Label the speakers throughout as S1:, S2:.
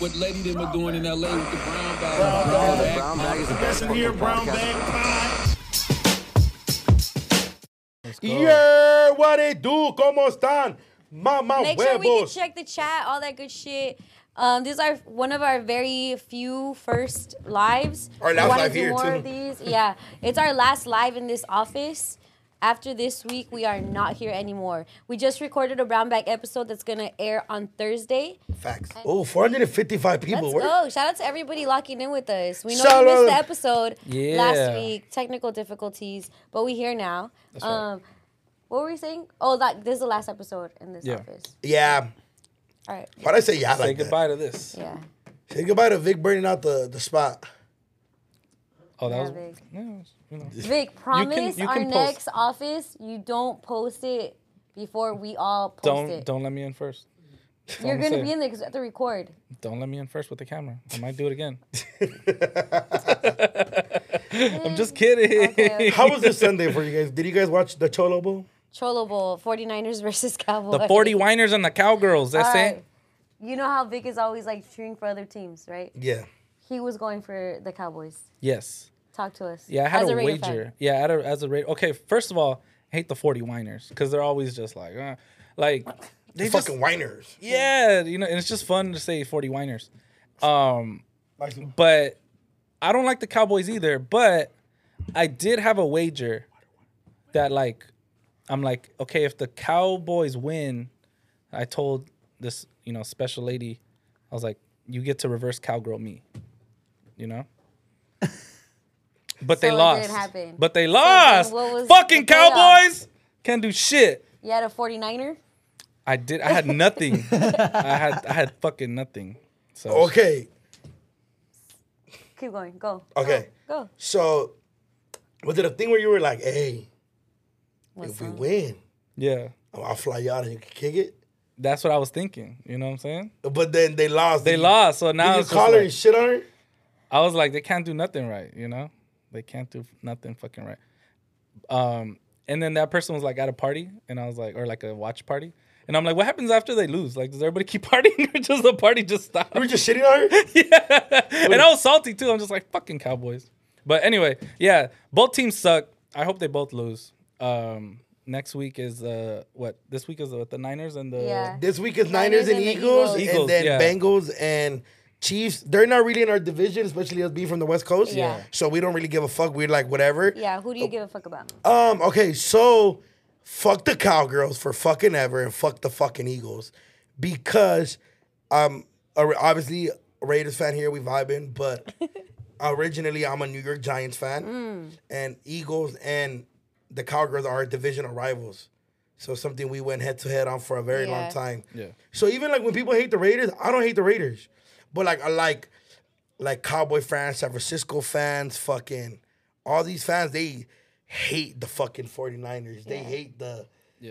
S1: what Lady them were doing in LA with the brown bag.
S2: Brown bag.
S3: Brown bag is the best
S2: Listen here,
S3: fucking
S2: brown
S3: podcast.
S2: bag pod. Yeah, what it do? Como están? Mama
S4: Make sure we can
S2: huevos.
S4: check the chat, all that good shit. Um, this is our one of our very few first lives.
S2: Our
S4: We
S2: last
S4: wanna
S2: live
S4: do
S2: here,
S4: more
S2: too.
S4: of these. Yeah, it's our last live in this office. After this week, we are not here anymore. We just recorded a brown bag episode that's gonna air on Thursday.
S2: Facts. Oh, 455 people.
S4: Let's
S2: Word.
S4: go! Shout out to everybody locking in with us. We know
S2: Shout
S4: we missed
S2: out.
S4: the episode
S5: Yeah.
S4: last week, technical difficulties, but we here now. Um, what were we saying? Oh, that this is the last episode in this
S5: Yeah.
S4: office.
S2: Yeah.
S4: All right.
S2: Why'd I say yeah
S5: Say
S2: like
S5: goodbye to this.
S4: Yeah.
S2: that? Say goodbye to Vic burning out the, the spot.
S5: Oh, that
S4: Yeah,
S5: was.
S4: Vic.
S5: yeah, it was, you know.
S4: Vic, promise
S5: you
S4: our
S5: can post.
S4: next office you don't post it before we all post
S5: Don't
S4: it.
S5: don't let me in first.
S4: You're
S5: don't
S4: gonna
S5: say
S4: be
S5: it.
S4: in there because we have to record.
S5: Don't let me in first with the camera. I might do it again. I'm just kidding.
S4: Okay.
S2: How was this Sunday for you guys? Did you guys watch the Cholo Bowl?
S4: Cholo Bowl, 49ers versus Cowboys.
S5: The 40 whiners and the cowgirls. That's
S4: All
S5: it.
S4: right. You know how Vic is always like cheering for other teams, right?
S2: Yeah.
S4: He was going for the Cowboys.
S5: Yes.
S4: Talk to us.
S5: Yeah, I had
S4: As
S5: a,
S4: Raider
S5: wager.
S4: fan.
S5: Yeah, I had a, as a rate. Okay, first of all, I hate the 40 whiners because they're always just like, uh, like they just,
S2: Fucking whiners.
S5: yeah, you know, and it's just fun to say 40 whiners. Um,
S2: Maximo.
S5: but I don't like the Cowboys either. But I did have a wager that like I'm like okay if the Cowboys win, I told this you know special lady, I was like you get to reverse cowgirl me, you know. But they
S4: So it
S5: lost.
S4: didn't happen.
S5: But they lost.
S4: what was
S5: Fucking
S4: the payoff?
S5: Cowboys can't do shit.
S4: You had a 49er?
S5: I did. I had nothing. I had. I had fucking nothing. So
S2: Okay.
S4: Keep going. Go.
S2: Okay.
S4: Go.
S2: So, was it a thing where you were like, hey,
S4: What's
S2: if we
S4: up?
S2: win,
S5: yeah,
S2: I'll fly you out and you can kick it?
S5: that's what I was thinking. You know what I'm saying?
S2: But then they lost.
S5: They lost, so
S2: Did
S5: now
S2: you
S5: it's just
S2: call her
S5: like-
S2: and shit on her?
S5: I was like, they can't do nothing right, you know? They can't do nothing fucking right. Um, and then that person was like at a party, and I was like, or like a watch party, and I'm like, what happens after they lose? Like, does everybody keep partying, or does the party just stop?
S2: You were just shitting on her?
S5: and I was salty too. I'm just like fucking Cowboys. But anyway, yeah, both teams suck. I hope they both lose. Um, next week is uh, what? This week is with the Niners and the
S4: Yeah.
S2: This week is Niners,
S4: Niners
S2: and,
S4: and the
S2: Eagles,
S4: Eagles.
S2: and
S5: Eagles,
S2: then
S5: yeah.
S2: Bengals and Chiefs. They're not really in our division, especially us being from the West Coast.
S4: Yeah.
S2: So we don't really give a fuck. We're like whatever.
S4: Yeah, who do you give a fuck about?
S2: Um. Okay. So, fuck the cowgirls for fucking ever, and fuck the fucking Eagles, because I'm a- obviously a Raiders fan here. We vibing, but originally I'm a New York Giants fan, and Eagles and the cowgirls are our divisional rivals. So something we went head to head on for a very long
S4: Yeah.
S2: time.
S5: Yeah.
S2: So even like when people hate the Raiders, I don't hate the Raiders, but like I like like Cowboy fans, San Francisco fans, fucking all these fans, they hate the fucking 49ers. They hate the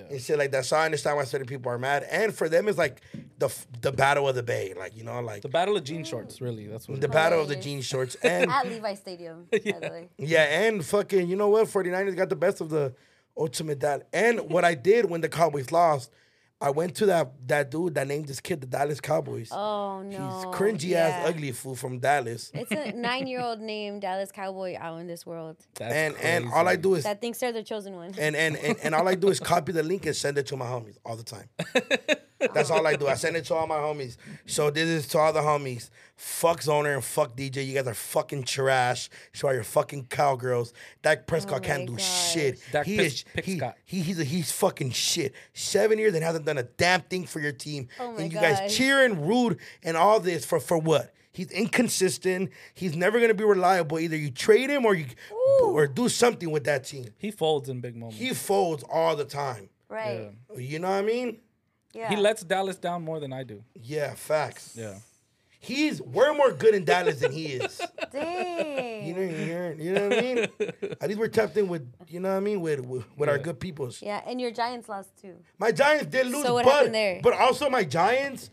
S2: and shit like that. So I understand why certain people are mad. And for them, it's like the f- the battle of the bay. Like, you know, like
S5: the
S2: the,
S5: Battle of Jean Shorts. Really, that's what.
S2: battle of the
S4: Hilarious.
S2: jean shorts. And
S4: At Levi Stadium, by the way.
S2: yeah, and fucking, you know what? 49ers got the best of the ultimate that. And what I did when the Cowboys lost, I went to that that dude that named this kid the Dallas Cowboys.
S4: Oh no.
S2: He's cringy ass ugly fool from Dallas.
S4: It's a nine-year-old named Dallas Cowboy out in this world
S5: That's
S2: And and
S5: crazy.
S2: all I do is
S4: that thinks they're the chosen one.
S2: and and, and and all I do is copy the link and send it to my homies all the time. That's all I do. I send it to all my homies. So this is to all the homies. Fuck Zoner and fuck DJ. You guys are fucking trash. So are your fucking cowgirls. Dak Prescott
S4: Oh my
S2: can't do
S4: gosh.
S2: shit.
S5: Dak
S2: he
S5: Pis-
S2: is he,
S5: Piscott.
S2: he he's a, he's fucking shit. Seven years and hasn't done a damn thing for your team.
S4: Oh my
S2: and you guys
S4: gosh.
S2: cheering, rude, and all this for for what? He's inconsistent. He's never gonna be reliable. Either you trade him or you or do something with that team
S5: He folds in big moments.
S2: he folds all the time.
S4: Right.
S2: You know what I mean?
S4: Yeah.
S5: He lets Dallas down more than I do.
S2: Yeah, facts.
S5: Yeah.
S2: He's we're more good in Dallas than he is.
S4: Dang.
S2: You know, you know- you know what I mean? At least we're tapped in with you know what I mean with with, with our good peoples.
S4: yeah, and your Giants lost too.
S2: My Giants did lose,
S4: So what
S2: but
S4: happened there?
S2: but also my Giants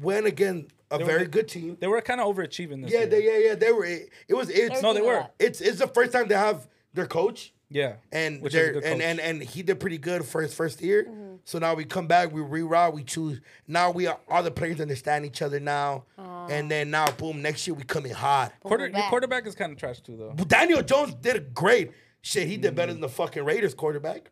S2: went again a
S5: were
S2: very
S5: the-
S2: good team.
S5: They were kind of overachieving this
S2: Yeah,
S5: year.
S2: they, yeah, yeah. They were. It, it was it's
S5: No, they
S4: doing a
S5: were.
S4: lot.
S2: it's it's the first time they have their coach.
S5: Yeah.
S2: and
S5: Which is a
S2: they're
S5: good
S2: and,
S5: coach.
S2: and and he did pretty good for his first year. So now we come back, we reroute, we choose. Now we are all the players understand each other now, and then now boom, next year we coming hot.
S5: Quarter, your
S4: back.
S5: quarterback is kind of trash too, though.
S2: But Daniel Jones did great. Shit, he did better than the fucking Raiders quarterback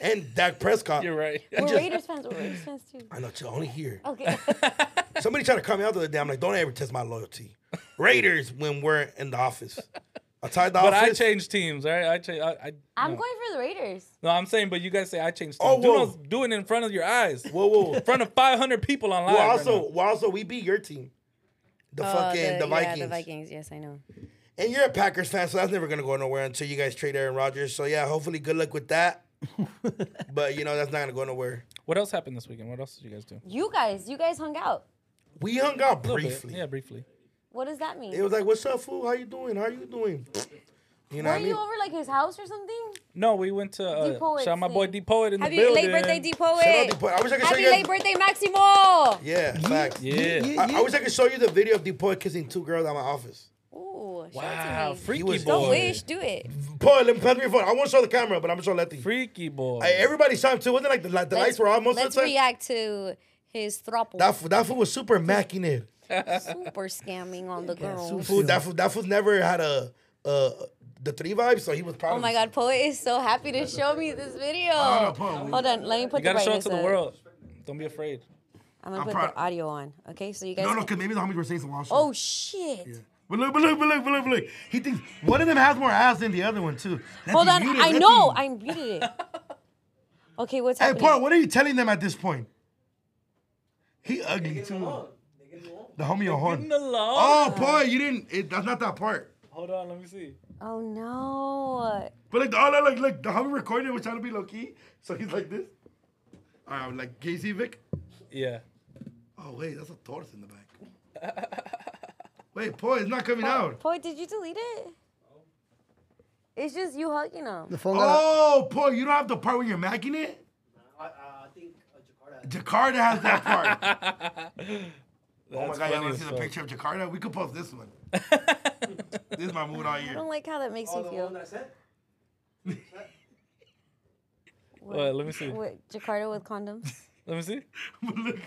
S2: and Dak Prescott.
S5: You're right.
S4: We're
S2: just-
S4: Raiders fans. We're Raiders fans too.
S2: I know, chill, only here.
S4: Okay.
S2: Somebody tried to call me out the other day. I'm like, don't ever test my loyalty. Raiders when we're in the office. I tied the
S5: But I
S2: office.
S5: changed teams, all right? I change. I, I,
S4: I'm going for the Raiders.
S5: no, I'm saying, but you guys say I changed teams.
S2: Oh,
S5: do,
S2: whoa.
S5: not- do it in front of your eyes, in
S2: whoa, whoa.
S5: front of 500 people online.
S2: Well,
S5: right
S2: also,
S5: now.
S2: well, also, we beat your team, the fucking Oh, the, Vikings.
S4: Yeah, the Vikings. Yes, I know.
S2: And you're a Packers fan, so that's never gonna go nowhere until you guys trade Aaron Rodgers. So yeah, hopefully, good luck with that. but you know, that's not gonna go nowhere.
S5: what else happened this weekend? What else did you guys do?
S4: You guys, you guys hung out.
S2: We hung out
S5: A little bit.
S2: briefly.
S5: Yeah, briefly.
S4: What does that mean?
S2: It was like, "What's up, fool? How you doing? How you doing?" You know
S4: Were
S2: what I mean?
S4: you over like his house or something?
S5: No, we went to
S4: D
S5: uh,
S4: Poet's
S5: shout out my boy
S4: thing.
S5: D Poet in
S4: Happy
S5: the building.
S4: late birthday, D Poet.
S2: Shout out to Depoy. I wish I could show
S4: Happy
S2: you.
S4: late
S2: Guys-
S4: birthday, Maximo.
S2: yeah, facts.
S5: Yeah.
S2: I, I wish I could show you the video of Depoy kissing two girls at my office.
S4: Ooh, shout
S5: Wow,
S4: out to me.
S5: freaky
S2: was-
S5: boy.
S4: Don't wish, do it.
S2: Boy, let me pass me your phone. I won't show the camera, but I'm gonna show Letty.
S5: Freaky boy.
S2: Hey, everybody saw him too. Wasn't it like the, like, the lights were on most of
S4: Let's
S2: the time?
S4: react to his throuple.
S2: That fool, that fool was super macking it.
S4: super scamming on the
S2: Fool,
S4: girls.
S2: that fool, that fool never had a uh the three vibes, so he was proud.
S4: Oh my God, Oh, Poet is so happy to show me this video.
S2: Hold on, Poet.
S4: Hold on, let me put
S5: you
S4: the
S5: gotta show it
S4: brightness
S5: to the
S4: up.
S5: world. Don't be afraid.
S4: I'm gonna
S2: I'm
S4: put
S2: proud-
S4: the audio on. Okay, so you guys. can-
S2: maybe the homies were saying some wild
S4: Oh shit!
S2: But look, but look, but look, but look, but look. He thinks one of them has more ass than the other one too. Letty,
S4: Hold on,
S2: read it,
S4: I
S2: Letty.
S4: know I muted it. Okay, what's
S2: Hey,
S4: happening?
S2: Paul, what are you telling them at this point? He ugly too. The homie a horn. Oh, Paul, you didn't. It, that's not that part.
S5: Hold on, let me see.
S4: Oh no!
S2: But like, oh, look, look, look, the homie recording it was trying to be low key, so he's like this. All right, like, can you see Vic?
S5: Yeah.
S2: Oh wait, that's a tortoise in the back. wait, Paul, it's not coming out.
S4: Poet, did you delete it? It's just you hugging him.
S3: The phone got out.
S2: Oh, Paul, you don't have the part when you're macking it.
S6: I, I think uh, Jakarta.
S2: Jakarta has that part. oh my god,
S5: That's
S2: y'all
S5: funny
S2: wanna
S5: as
S2: see the
S5: fuck.
S2: picture of Jakarta? We could post this one. this is my mood all
S4: I
S2: year.
S4: don't like how that makes
S6: Oh,
S4: you
S6: the
S4: feel.
S6: one I said?
S5: Wait, let me see.
S4: What, Jakarta with condoms.
S5: Let me see.
S2: But look,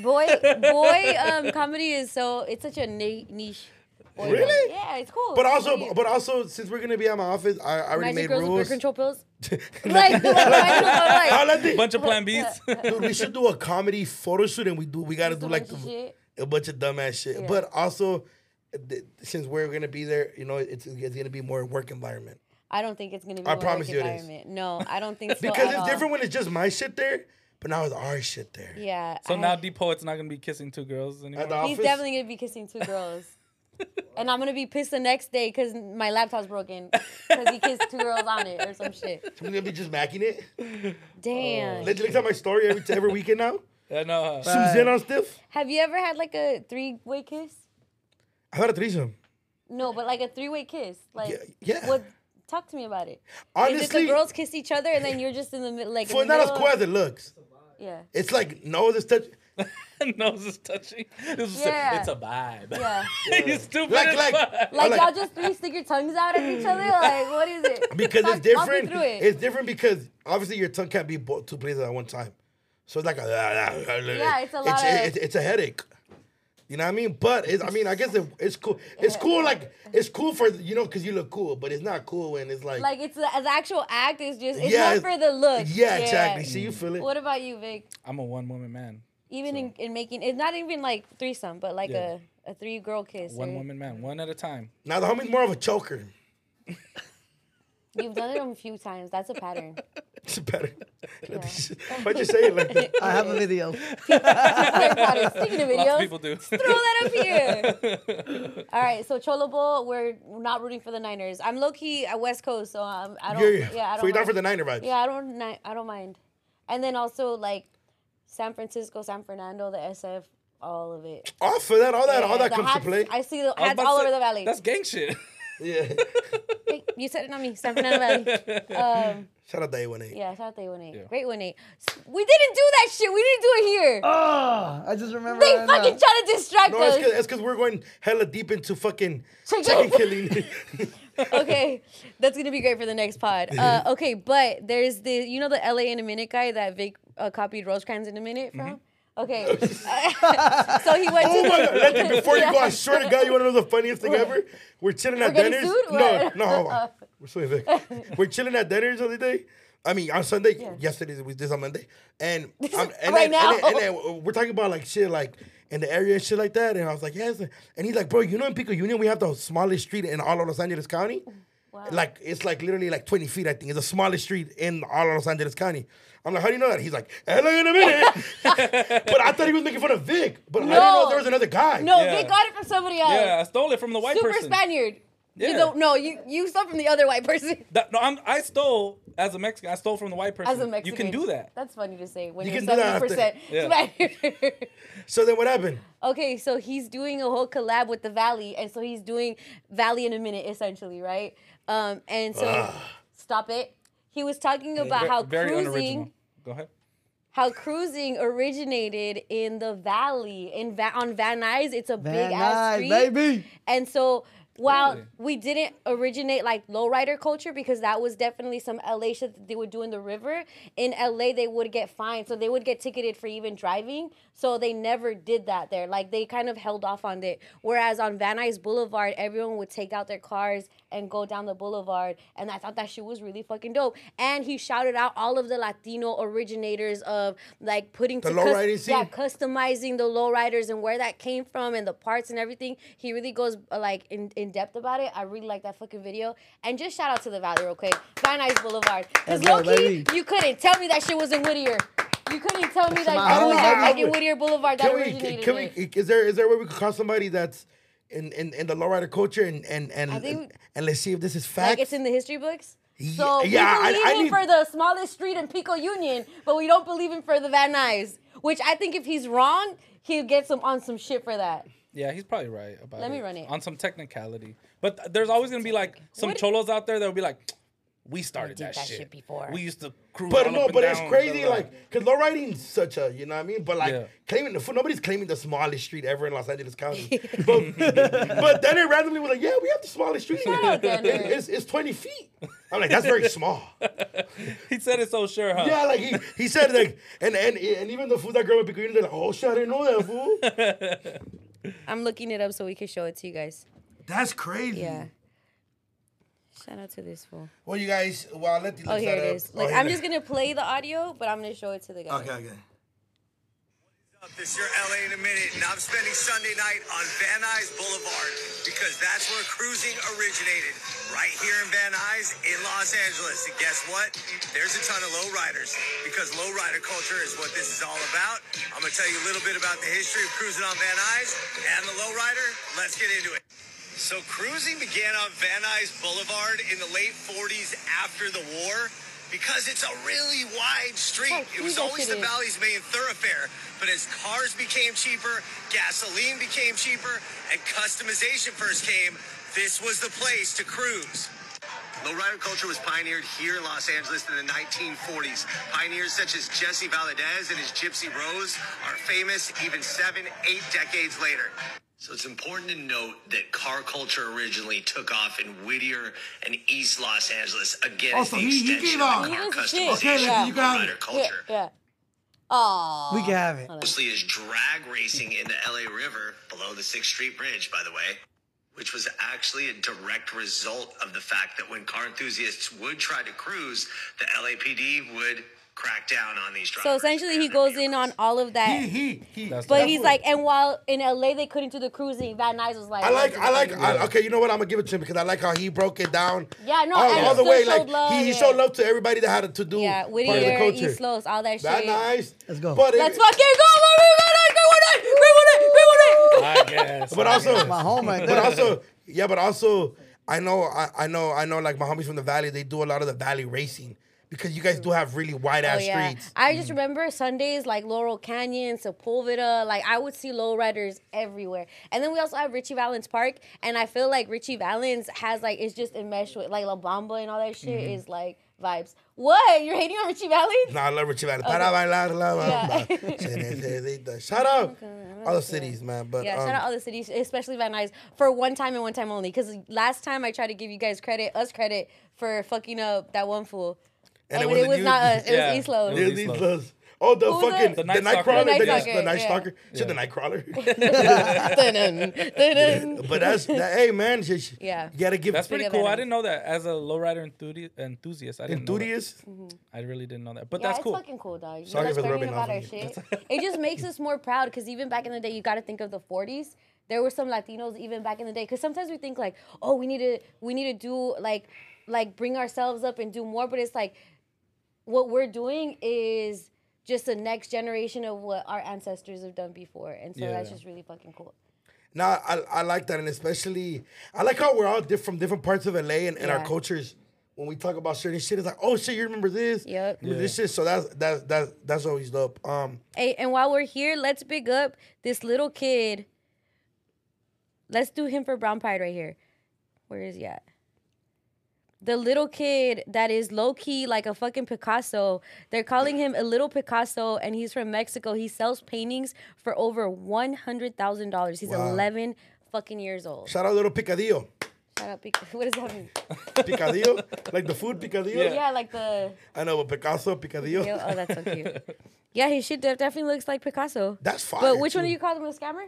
S4: boy, boy, um, comedy is so it's such a ni- niche. Boy,
S2: Really?
S4: Yeah, it's cool.
S2: but
S4: It's
S2: also,
S4: cute.
S2: but also, since we're gonna be at my office, I, I already
S4: Magic
S2: made
S4: girls with
S2: rules.
S4: birth control pills. like, like, like, like,
S2: I
S4: like,
S2: like it.
S5: Bunch of Plan Bs.
S2: Dude, we should do a comedy photo shoot, and we do. We gotta do like
S4: the
S2: the,
S4: shit.
S2: a bunch of dumbass shit.
S4: Yeah.
S2: But also, th- since we're gonna be there, you know, it's, it's gonna be more work environment.
S4: I don't think it's gonna be.
S2: I
S4: a
S2: promise
S4: work
S2: you it is.
S4: environment. No, I don't think so.
S2: Because
S4: at
S2: it's
S4: all.
S2: different when it's just my shit there, but now it's our shit there.
S4: Yeah.
S5: So
S4: I-
S5: now D Poet's not gonna be kissing two girls anymore.
S2: At the
S4: he's
S2: office,
S4: definitely gonna be kissing two girls. And I'm gonna be pissed the next day because my laptop's broken because he kissed two girls on it or some shit.
S2: I'm gonna be just macking it.
S4: Damn.
S2: Let look at my story every every weekend now.
S5: I know. huh?
S2: Who's in on stiff?
S4: Have you ever had like a three-way kiss?
S2: I had a threesome.
S4: No, but like a three-way kiss. Like,
S2: Yeah, yeah.
S4: What? Talk to me about it. Is it
S2: Honestly,
S4: the girls kiss each other and then you're just in the middle, like? in
S2: for it's
S4: the
S2: not as
S4: middle?
S2: cool as it looks.
S4: Yeah.
S2: It's like no other touch.
S5: Nose is touching. This is
S4: Yeah.
S5: it's a vibe.
S4: Yeah.
S5: you stupid.
S2: Like
S5: as
S2: like
S4: Like,
S5: fuck.
S2: like-
S4: y'all just three stick your tongues out at each other. Like, what is it?
S2: because
S4: Talk-
S2: it's different.
S4: Talk me through it.
S2: It's different because obviously your tongue can't be both two places at one time. So it's like a yeah,
S4: it's a lot of-
S2: it's, it's a headache. You know what I mean? But it's, I mean, I guess it, it's cool. It's cool, like it's cool for you know, cause you look cool. But it's not cool when it's like,
S4: Like, it's the, the actual act is just it's
S2: Yeah,
S4: not for the look.
S2: yeah, exactly. See, you feel it.
S4: What about you, Vic?
S5: I'm a one woman man.
S4: Even in, in making it's not even like threesome, but like
S5: Yeah.
S4: a, a three girl kiss.
S5: One
S4: or-
S5: woman man. One at a time.
S2: Now the homie's more of a choker.
S4: You've done it a few times. That's a pattern.
S2: It's better. Like, Why'd you say it like that?
S3: I have a video.
S4: Pattern, pattern. Speaking of
S5: Lots
S4: videos,
S5: of people do.
S4: throw that up here. All right, so Cholo Bowl, we're not rooting for the Niners. I'm low key at West Coast, so um, I don't. Yeah, I don't.
S2: So you're down
S4: mind.
S2: for the Niner vibes.
S4: Yeah, I don't. ni- I don't mind. And then also like San Francisco, San Fernando, the SF, all of it.
S2: All for that, all that, all
S4: Yeah,
S2: that
S4: the
S2: comes
S4: hats,
S2: to play.
S4: I see the
S5: I was
S4: hats
S5: about to
S4: all
S5: say,
S4: over the valley.
S5: That's gang shit.
S2: yeah.
S4: Hey, you said it, not me. San Fernando Valley. Um,
S2: Shout out to A18.
S4: yeah, shout out to 1-8.
S5: Yeah.
S4: Great 1-8. We didn't do that shit. We didn't do it here.
S3: Oh, I just remember.
S4: they
S3: right now.
S4: fucking try to distract
S2: Ah, No, it's cause,
S4: us.
S2: it's 'cause we're going hella deep into fucking
S4: Check
S2: chicken
S4: it.
S2: killing.
S4: okay, that's gonna be great for the next pod. Uh, okay, but there's the you know the LA in a minute guy that Vic uh, copied Rosecrans in a minute from. Okay, so he went.
S2: Mm-hmm. oh
S4: to
S2: my god, Leti, before you go, I swear to God, you wanna know the funniest thing ever? We're chilling at
S4: getting
S2: dinners.
S4: sued?
S2: No,
S4: What?
S2: no, hold on. We're so Vic. We're chilling at dinners the other day. I mean, on Sunday, yesterday was this on Monday, and I'm, and,
S4: Right
S2: then, and,
S4: now.
S2: then, and then we're talking about like shit like in the area and shit like that, and I was like, yes, and he's like, bro, you know in Pico Union we have the smallest street in all of Los Angeles County, like it's like literally like twenty feet I think it's the smallest street in all of Los Angeles County. I'm like, how do you know that? He's like, hello in a minute, but I thought he was making fun of Vic, but I didn't know
S4: No.
S2: there was another guy.
S4: no,
S5: Yeah.
S4: Vic got it from somebody else.
S5: Yeah, I stole it from the white
S4: Super
S5: person.
S4: Spaniard. You
S5: Yeah.
S4: don't know. You you stole from the other white person
S5: That- no, I'm, I stole as a Mexican. I stole from the white person.
S4: as a Mexican.
S5: You can do that.
S4: That's funny to say when
S2: You
S4: you are
S2: can do
S4: seventy
S2: that after-
S4: percent Spaniard.
S2: So then what happened?
S4: Okay, so he's doing a whole collab with the Valley, and so he's doing Valley in a minute, essentially, right? Um, and so stop it. He was talking about
S5: Ve-
S4: how
S5: very unoriginal.
S4: cruising,
S5: Go ahead.
S4: how cruising originated in the Valley in Va- on Van Nuys. It's a
S3: Van
S4: big ass
S3: Nuys,
S4: street,
S3: baby.
S4: and so. While
S5: Really?
S4: we didn't originate like lowrider culture because that was definitely some LA shit that they would do in the river, in LA they would get fined. So they would get ticketed for even driving. So they never did that there. Like they kind of held off on it. Whereas on Van Nuys Boulevard, everyone would take out their cars and go down the boulevard. And I thought that shit was really fucking dope. And he shouted out all of the Latino originators of like putting
S2: The
S4: to
S2: lowriding scene?
S4: yeah, customizing the lowriders and where that came from and the parts and everything. He really goes uh, like in, in depth about it. I really like that fucking video. And just shout out to the Valley real quick, Van Nuys Boulevard. Because
S3: That's right,
S4: low key,
S3: baby.
S4: you couldn't tell me that shit was in Whittier. You couldn't tell me that
S3: my
S4: it was
S2: homie.
S4: at
S2: I don't
S4: fucking
S2: know.
S4: Whittier Boulevard that
S2: Can we,
S4: originated
S2: can
S4: it.
S2: we, is there is there a way we could call somebody that's in, in, in the lowrider culture and and and,
S4: I think-
S2: and, and let's see if this is fact.
S4: like it's in the history books.
S2: Ye-
S4: So
S2: yeah, I-
S4: we believe
S2: I
S4: him
S2: need-
S4: for the smallest street in Pico Union, but we don't believe him for the Van Nuys. Which I think if he's wrong, he'll get some on some shit for that.
S5: Yeah, he's probably right about
S4: Let
S5: it.
S4: me run it.
S5: on some technicality. But th- there's always gonna be like some
S4: What-
S5: cholos out there that'll be like, "We started
S4: did
S5: that,
S4: that
S5: shit.
S4: shit before."
S5: We used to cruise."
S2: but
S5: all
S2: no,
S5: up and
S2: but it's
S5: down
S2: crazy,
S5: the-
S2: like, cause lowriding's such a, you know what I mean? But like,
S5: Yeah.
S2: claiming the food, nobody's claiming the smallest street ever in Los Angeles County. but, but then it randomly was like, yeah, we have the smallest street.
S4: Shout out, Denver.
S2: it's, it's 20 feet. I'm like, that's very small.
S5: he said it so sure, huh?
S2: Yeah, like he, he said, like, and and and even the food that girl would be they're like, oh shit, I didn't know that fool.
S4: I'm looking it up so we can show it to you guys.
S2: That's crazy.
S4: Yeah. Mm. Shout out to this fool.
S2: Well, you guys, well, let the
S4: Oh, here it is. Like I'm just gonna play the audio, but I'm gonna show it to the guy.
S2: okay.
S7: This year, LA in a minute, and I'm spending Sunday night on Van Nuys Boulevard because that's where cruising originated, right here in Van Nuys in Los Angeles. And guess what? There's a ton of lowriders because lowrider culture is what this is all about. I'm gonna tell you a little bit about the history of cruising on Van Nuys and the lowrider. Let's get into it. So cruising began on Van Nuys Boulevard in the late 40s after the war because it's a really wide street.
S4: Fuck,
S7: It was
S4: who that
S7: always
S4: shit
S7: the
S4: is?
S7: valley's main thoroughfare, but as cars became cheaper, gasoline became cheaper, and customization first came, this was the place to cruise. Lowrider culture was pioneered here in Los Angeles in the 1940s. Pioneers such as Jesse Valadez and his Gypsy Rose are famous even seven, eight decades later. So it's important to note that car culture originally took off in Whittier and East Los Angeles. Again,
S2: Oh,
S7: it's
S2: so
S7: the
S2: he- he
S7: extension
S2: gave
S7: of
S2: out-
S7: car
S4: He was a shit.
S7: customization
S4: Okay,
S2: Lexi, you
S7: of
S2: got it.
S7: lowrider
S4: Yeah,
S7: culture
S4: yeah. Aw.
S3: We can have it.
S7: mostly is drag racing in the LA River below the 6th Street Bridge, by the way, which was actually a direct result of the fact that when car enthusiasts would try to cruise, the LAPD would crack down on these drivers.
S4: So essentially, he goes in on all of
S2: He,
S4: that.
S2: he, he.
S5: That's
S4: But
S5: That
S4: he's like, and while in LA they couldn't do the cruising, Van Nuys was like,
S2: I like,
S4: "Let's
S2: I
S4: do
S2: like.
S4: it."
S2: I, okay, you know what? I'm gonna give it to him because I like how he broke it down.
S4: Yeah, no,
S2: Oh, all,
S4: and
S2: all the
S4: still
S2: way.
S4: showed
S2: Like
S4: love,
S2: he, he
S4: yeah.
S2: showed love to everybody that had it to do.
S4: yeah,
S2: part of the
S4: Whittier,
S2: culture.
S4: East Los, all that shit.
S2: That nice.
S3: Let's go.
S2: But it-
S4: Let's fucking go, Lowrider! Great one night! Great one night! Great one night!
S5: I guess.
S2: But also,
S3: My home right
S2: but
S3: there.
S2: also, yeah, but also, I know, I, I know, I know. Like my homies from the valley, they do a lot of the valley racing because you guys do have really wide ass
S4: Oh, yeah.
S2: streets.
S4: I just remember Sundays like Laurel Canyon, Sepulveda. Like I would see lowriders everywhere. And then we also have Richie Valens Park, and I feel like Richie Valens has like it's just enmeshed with like La Bamba and all that shit
S2: Mm-hmm.
S4: is like vibes. What you're hating on Richie Valens?
S2: Nah, I love Richie Valens. Para bailar la
S4: Oh, Yeah.
S2: bamba. Cenecita. Shout out all the cities, man. But
S4: Yeah,
S2: um,
S4: shout out all the cities, especially Van Nuys, for one time and one time only. Because last time I tried to give you guys credit, us credit for fucking up that one fool.
S2: And
S4: And,
S2: it
S4: it
S2: wasn't
S4: was
S2: you.
S4: not us. It
S5: Yeah.
S4: was East Lode.
S5: It
S2: Yeah,
S5: was
S2: these
S5: East Los.
S2: loves- Oh, the
S4: Who was
S2: fucking
S4: it?
S2: the
S5: The
S2: night,
S5: Night Stalker.
S2: crawler,
S5: The Night
S2: the, night- the
S4: Stalker,
S2: night
S4: yeah.
S2: stalker, shit, the night crawler.
S4: Dun-dun, dun-dun.
S2: but that's that, hey man, shit, shit.
S4: Yeah.
S2: you gotta give
S5: That's pretty
S4: Big
S5: cool. I
S4: event.
S5: didn't know that as a lowrider enthusi- enthusiast. I didn't
S2: enthusiasts.
S5: know that. I really didn't know that. But
S4: Yeah,
S5: that's
S4: it's
S5: cool.
S4: fucking cool,
S2: Sorry
S4: dog. Sorry
S2: for
S4: for
S2: the
S4: learning
S2: rubbing off
S4: about our
S2: on you.
S4: shit. it just makes us more proud because even back in the day, you got to think of the 40s. There were some Latinos even back in the day because sometimes we think like, oh, we need to we need to do like like bring ourselves up and do more, but it's like what we're doing is just the next generation of what our ancestors have done before, and so
S5: Yeah.
S4: that's just really fucking cool.
S2: No, I, I like that, and especially I like how we're all diff- from different parts of LA and, and our
S4: Yeah.
S2: cultures. When we talk about certain shit, it's like, oh shit, you remember this?
S4: Yep.
S2: Remember This shit. So that's that's that's that's always dope. Um,
S4: Hey, and while we're here, let's big up this little kid. Let's do him for brown pride right here. Where is he at? The little kid that is low key like a fucking Picasso. They're calling him a little Picasso, and he's from Mexico. He sells paintings for over one hundred thousand dollars. He's
S2: Wow.
S4: eleven fucking years old.
S2: shout out little picadillo,
S4: Shout out, Pic- what does that mean?
S2: picadillo, like the food picadillo.
S4: Yeah, like the.
S2: I know, but Picasso, picadillo.
S4: Yo, oh, that's so cute. Yeah, his shit de- definitely looks like Picasso.
S2: That's fire.
S4: But which one
S2: too.
S4: do you call him a scammer?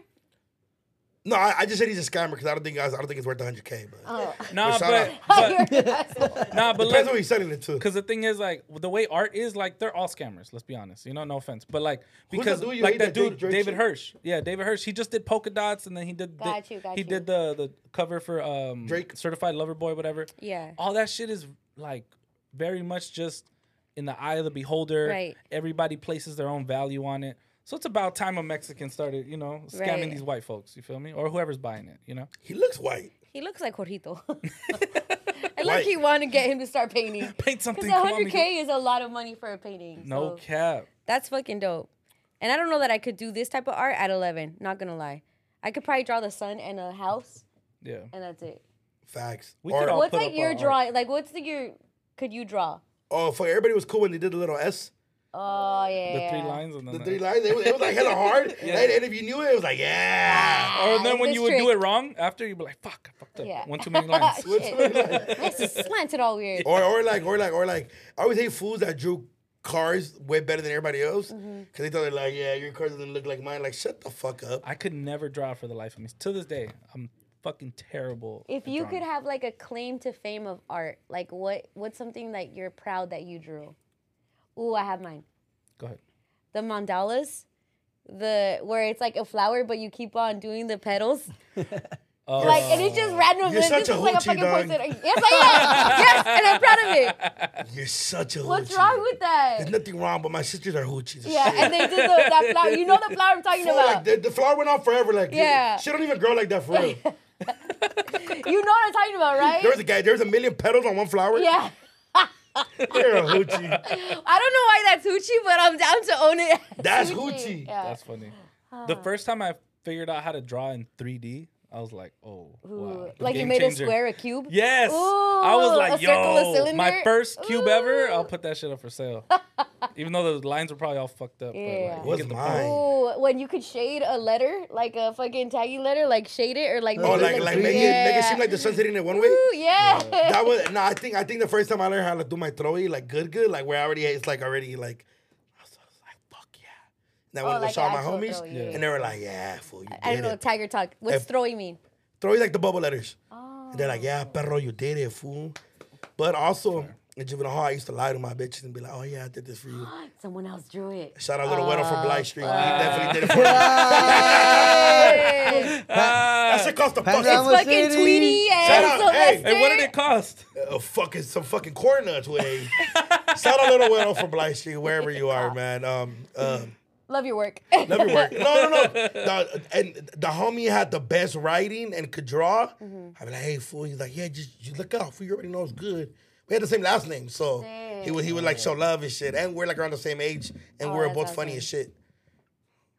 S2: No, I, I just said he's a scammer because I don't think I, I don't think it's worth 100k. But
S4: Oh.
S5: Nah,
S2: But shout
S5: but,
S2: out.
S5: but
S4: You're an asshole.
S5: nah, but
S2: depends
S5: let's,
S2: what he's selling it to.
S5: Because the thing is, like, the way art is, like, they're all scammers. Let's be honest. You know, no offense, but like,
S2: Who's
S5: because
S2: that dude you hate
S5: like
S2: that
S5: that
S2: Drake-
S5: dude
S2: Drake
S5: David
S2: shit?
S5: Hirsch, yeah, David Hirsch. He just did polka dots, and then he did. the-
S4: Got you, got
S5: he
S4: you.
S5: did the the cover for um
S2: Drake.
S5: Certified Lover Boy, whatever.
S4: Yeah.
S5: All that shit is like very much just in the eye of the beholder.
S4: Right.
S5: Everybody places their own value on it. So it's about time a Mexican started, you know, scamming
S4: Right.
S5: these white folks. You feel me? Or whoever's buying it, you know.
S2: He looks white.
S4: He looks like Jorito. I
S2: Right.
S4: like he wanted to get him to start painting.
S5: Paint
S4: Because
S5: something. come on,
S4: 100K
S5: mijo.
S4: is a lot of money for a painting.
S5: No
S4: so
S5: cap.
S4: That's fucking dope. And I don't know that I could do this type of art at 11. Not going to lie. I could probably draw the sun and a house,
S5: Yeah.
S4: and that's it.
S2: Facts.
S5: We
S2: Or-
S5: could all- I'll
S4: what's
S5: put
S4: like
S5: up uh,
S4: your
S5: our art.
S4: drawing? Like, what's the your, could you draw?
S2: oh, for everybody was cool when they did the little S,
S4: Oh, yeah.
S5: The three lines and then
S2: the three lines. It was, it was like hella hard. and, and if you knew it, it was like yeah.
S5: Or Oh, then when
S4: this
S5: you would do
S4: trick.
S5: it wrong after, you'd be like, "Fuck, I fucked up.
S4: Yeah.
S5: One too many lines."
S4: Shit. This is slanted all weird.
S2: Or or like or like or like I always hate fools that drew cars way better than everybody else because
S4: Mm-hmm.
S2: they thought they're like yeah your car doesn't look like mine. Like shut the fuck up.
S5: I could never draw for the life of me. To this day, I'm fucking terrible.
S4: If
S5: at
S4: you
S5: drawing.
S4: could have like a claim to fame of art, like what what's something that you're proud that you drew? Ooh, I have mine.
S5: go ahead.
S4: The mandalas, the where it's like a flower but you keep on doing the petals.
S5: Oh.
S4: like and it's just random.
S2: You're
S4: and
S2: such
S4: this
S2: a
S4: is like a
S2: hoochie,
S4: fucking
S2: dog.
S4: person. Yes, I am. yes, and I'm proud of it.
S2: You're such a
S4: What's
S2: hoochie.
S4: wrong with
S2: There's
S4: that?
S2: nothing wrong, but my sisters are hoochies.
S4: Yeah, and they did the, that flower. You know the flower I'm talking
S2: Fool, like
S4: about.
S2: the, the flower went on forever. Like yeah,
S4: Yeah.
S2: she don't even grow like that for real.
S4: You know what I'm talking about, right?
S2: There was a guy. There was a million petals on one flower.
S4: yeah.
S2: You're a hoochie.
S4: I don't know why that's hoochie, but I'm down to own it.
S2: That's hoochie.
S4: Yeah.
S5: That's funny. The first time I figured out how to draw in 3D, I was like, "Oh, wow.
S4: Ooh, Like you
S5: Game
S4: made
S5: changer.
S4: a square, a cube.
S5: Yes, I
S4: Ooh,
S5: was
S4: a
S5: like,
S4: circle, a
S5: "Yo, my
S4: cylinder?
S5: first cube ever. I'll
S4: Ooh.
S5: put that shit up for sale." Even though the lines are probably all fucked up.
S4: Yeah.
S5: But like, you
S2: What's
S5: get the
S2: mine?
S5: point.
S4: Ooh, when you could shade a letter, like a fucking taggy letter, like shade it or like.
S2: Oh,
S4: it
S2: like
S4: look
S2: like
S4: green.
S2: make it make it seem like the sun's hitting it one way.
S4: Ooh, yeah.
S2: That was no. I think I think the first time I learned how to do my throwy like good good like where I already it's like already like I was, I was like fuck yeah. And I went and
S4: Oh, like
S2: shot
S4: the
S2: my
S4: actual
S2: homies
S4: throw, yeah,
S2: and they were like yeah fool you
S4: I don't
S2: did
S4: know,
S2: it.
S4: tiger talk. What's
S2: If-
S4: throwing mean?
S2: Throwy like the bubble letters. And they're like
S4: Oh.
S2: yeah perro you did it fool. But also in juvenile hall I used to lie to my bitches and be like oh yeah I did this for you.
S4: Someone else drew it.
S2: Shout out little Weddle from
S4: Ah,
S2: Blythe Street. He definitely did it for me.
S4: Hey,
S2: That shit cost a
S3: Hands
S2: fucking
S3: down with
S4: fucking
S3: cities.
S4: Tweety
S2: Shout
S4: and
S2: out, hey.
S4: Sylvester.
S5: Hey, what did it cost?
S2: a fucking some fucking corn nuts way. Shout out Little Widow from Blythe Street, wherever you are, man. Um, um,
S4: Love your work.
S2: love your work. No, no, no. The- and the homie had the best writing and could draw. I'd be like, hey, fool. He's like, yeah, just you look out, fool. You already know it's good. we had the same last name, so he would he would like show love and shit, and we're like around the same age, and
S4: Oh,
S2: we're
S4: that's
S2: both funny
S4: awesome.
S2: as shit.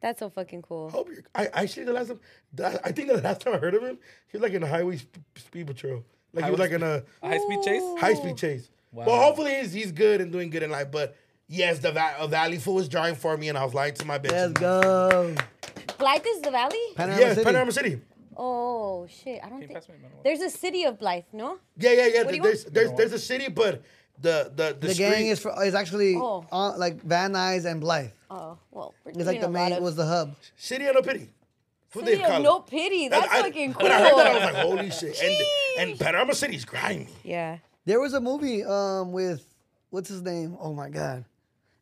S4: That's so fucking cool.
S2: Hope you're, I actually the last time the- I think the last time I heard of him, he was like in a highway sp- speed patrol, like he was like in a
S5: High speed chase.
S2: high speed chase. Well,
S5: Wow.
S2: hopefully he's he's good and doing good in life, but. Yes, the va- a valley fool was jarring for me, and I was lying to my bitch.
S3: Let's go.
S4: Blythe is the valley?
S3: Panorama
S2: Yes,
S3: City.
S2: Panorama City.
S4: Oh shit. I don't
S5: you
S4: think
S5: pass me my wallet?
S4: there's a city of Blythe, no?
S2: Yeah, yeah, yeah.
S4: do you
S2: There's there's there's a city, but the the the,
S3: The
S2: street,
S3: gang is for, is actually
S4: Oh.
S3: on, like Van Nuys and Blythe.
S4: Oh well, we're
S3: It's like the main was the hub.
S2: city of no pity. Who they
S4: city of
S2: call it.
S4: no pity. That's
S2: I-
S4: fucking cool.
S2: When I heard that, I was like, holy shit. And, and Panorama City's grimy.
S4: yeah.
S3: There was a movie um with what's his name? Oh my god.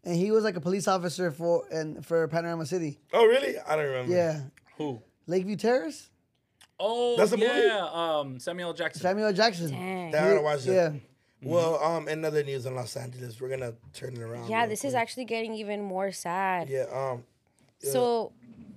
S3: And he was like a police officer for and for Panorama City.
S2: Oh, really? I don't remember.
S3: Yeah.
S5: Who?
S3: Lakeview Terrace?
S5: Oh,
S2: That's a movie?
S5: yeah. Um, Samuel L. Jackson.
S3: Samuel L. Jackson.
S4: Dang.
S2: That I gotta watch it.
S3: Yeah.
S2: Well, um, in other news in Los Angeles, we're gonna turn it around.
S4: Yeah,
S2: real
S4: this
S2: quick.
S4: is actually getting even more sad.
S2: Yeah. Um.
S4: So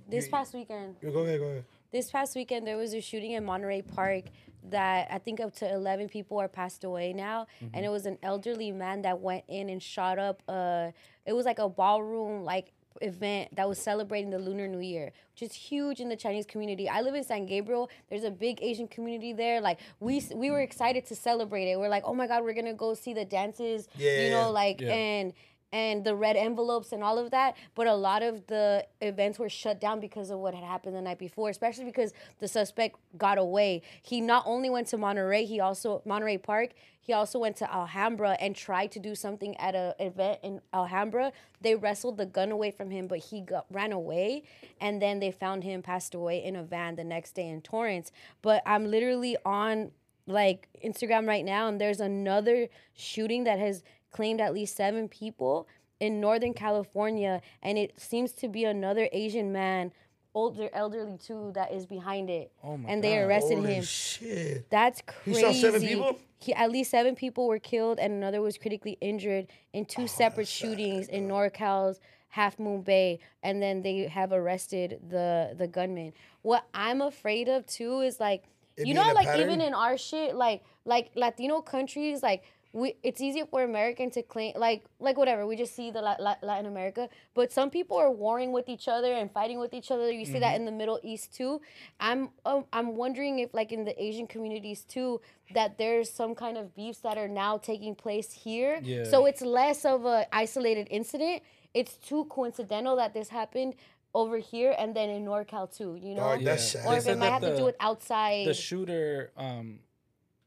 S4: this past weekend,
S2: yeah, Go ahead. Go ahead.
S4: this past weekend there was a shooting in Monterey Park that I think up to 11 people are passed away now and
S2: Mm-hmm.
S4: it was an elderly man that went in and shot up uh it was like a ballroom like event that was celebrating the Lunar New Year which is huge in the Chinese community. I live in San Gabriel. There's a big Asian community there. Like we s- we were excited to celebrate it. We're like, "Oh my god, we're going to go see the dances."
S2: Yeah.
S4: You know like
S5: Yeah.
S4: and and the red envelopes and all of that. But a lot of the events were shut down because of what had happened the night before, especially because the suspect got away. He not only went to Monterey, he also Monterey Park. He also went to Alhambra and tried to do something at a event in Alhambra. They wrestled the gun away from him, but he got, ran away, and then they found him passed away in a van the next day in Torrance. But I'm literally on like Instagram right now, and there's another shooting that has claimed at least seven people in Northern California, and it seems to be another Asian man, older, elderly too, that is behind it. Oh
S5: my
S4: and they arrested him.
S2: Shit.
S4: That's
S2: He
S4: crazy.
S2: shot seven people?
S4: He, at least seven people were killed, and another was critically injured in two
S2: Oh,
S4: separate shootings in NorCal's Half Moon Bay, and then they have arrested the the gunman. What I'm afraid of too is like, you
S2: being
S4: know,
S2: a
S4: like
S2: pattern?
S4: even in our shit, like like Latino countries, like. We, it's easier for American to claim like like whatever we just see the La- La- Latin America, but some people are warring with each other and fighting with each other. You see
S5: Mm-hmm.
S4: that in the Middle East too. I'm um, I'm wondering if like in the Asian communities too that there's some kind of beefs that are now taking place here.
S5: Yeah.
S4: So it's less of a isolated incident. It's too coincidental that this happened over here and then in NorCal too. You know,
S2: Dog, that's
S5: Yeah.
S2: sad.
S4: or
S5: They
S4: if it
S5: said
S4: might
S5: that
S4: have to
S5: the-
S4: do with outside.
S5: the shooter um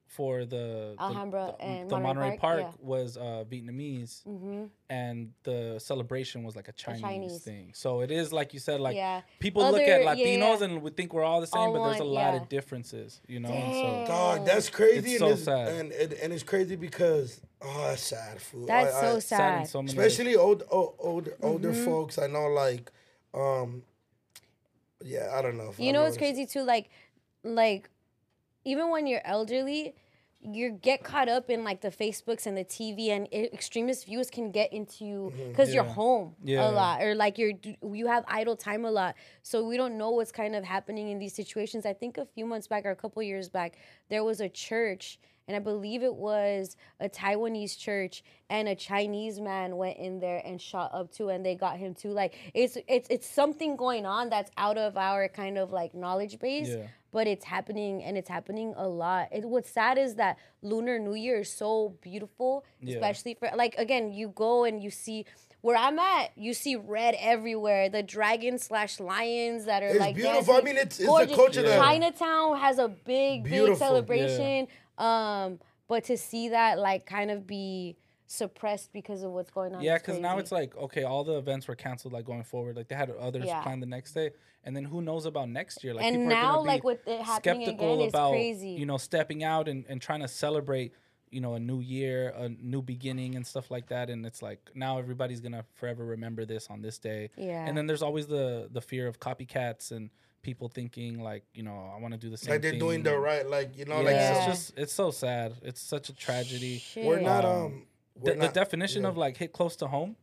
S5: for the the-
S4: Alhambra
S5: the,
S4: and
S5: the
S4: Monterey
S5: Monterey,
S4: Park,
S5: Park,
S4: yeah. Mm.
S5: was uh, Vietnamese,
S4: Mm-hmm.
S5: and the celebration was like a Chinese,
S4: Chinese.
S5: thing. So it is like you said, like
S4: Yeah.
S5: people look
S4: Other-
S5: at
S4: yeah,
S5: Latinos
S4: yeah.
S5: and we think we're all the same,
S4: All
S5: but there's a
S4: one,
S5: lot
S4: yeah.
S5: of differences, you know. And so
S2: Dog, that's
S4: Oh.
S2: crazy.
S5: It's
S2: and
S5: so
S2: it's-
S5: sad.
S2: And, and and it's crazy because oh, that's sad. Fool.
S4: that's
S2: I-
S4: so
S2: I-
S4: sad.
S5: in so many ways.
S2: especially old, old older older
S4: Mm-hmm.
S2: folks. I know, like, um, yeah, I don't know.
S4: You know what's crazy too? Like, like, even when you're elderly, you get caught up in like the Facebooks and the TV, and i- extremist views can get into you because you're
S5: Mm-hmm. Yeah.
S4: home a
S5: Yeah.
S4: lot, or like you're d- you have idle time a lot. So we don't know what's kind of happening in these situations. I think a few months back or a couple years back, there was a church. And I believe it was a Taiwanese church, and a Chinese man went in there and shot up too, and they got him too. Like it's it's it's something going on that's out of our kind of like knowledge base,
S5: Yeah.
S4: but it's happening and it's happening a lot. It, what's sad is that Lunar New Year is so beautiful, especially for like again, you go and you see where I'm at, you see red everywhere. The dragons slash lions that are
S2: It's
S4: like
S2: beautiful. I
S4: dancing.
S2: mean, it's- it's the
S4: Gorgeous.
S2: culture
S5: there.
S4: Chinatown has a big
S2: Beautiful.
S4: big celebration. Um, but to see that like kind of be suppressed because of what's going on.
S5: Yeah,
S4: is
S5: because now
S4: crazy.
S5: it's like okay, all the events were canceled. Like going forward, like they had others
S4: Yeah.
S5: planned the next day, and then who knows about next year? Like
S4: And
S5: people are
S4: now,
S5: gonna be
S4: like, with it happening
S5: skeptical
S4: again, it's
S5: about
S4: crazy.
S5: you know stepping out and, and trying to celebrate you know a new year, a new beginning, and stuff like that. And it's like now everybody's gonna forever remember this on this day.
S4: Yeah.
S5: And then there's always the the fear of copycats and people thinking like you know I want to do the same.
S2: Like they're
S5: thing.
S2: doing the right, like you know,
S5: Yeah,
S2: like
S4: Yeah.
S5: it's just it's so sad. It's such a tragedy
S4: Shit.
S2: we're not
S5: Um,
S2: um.
S5: the,
S2: We're
S5: the
S2: not,
S5: definition
S2: yeah.
S5: of like hit close to home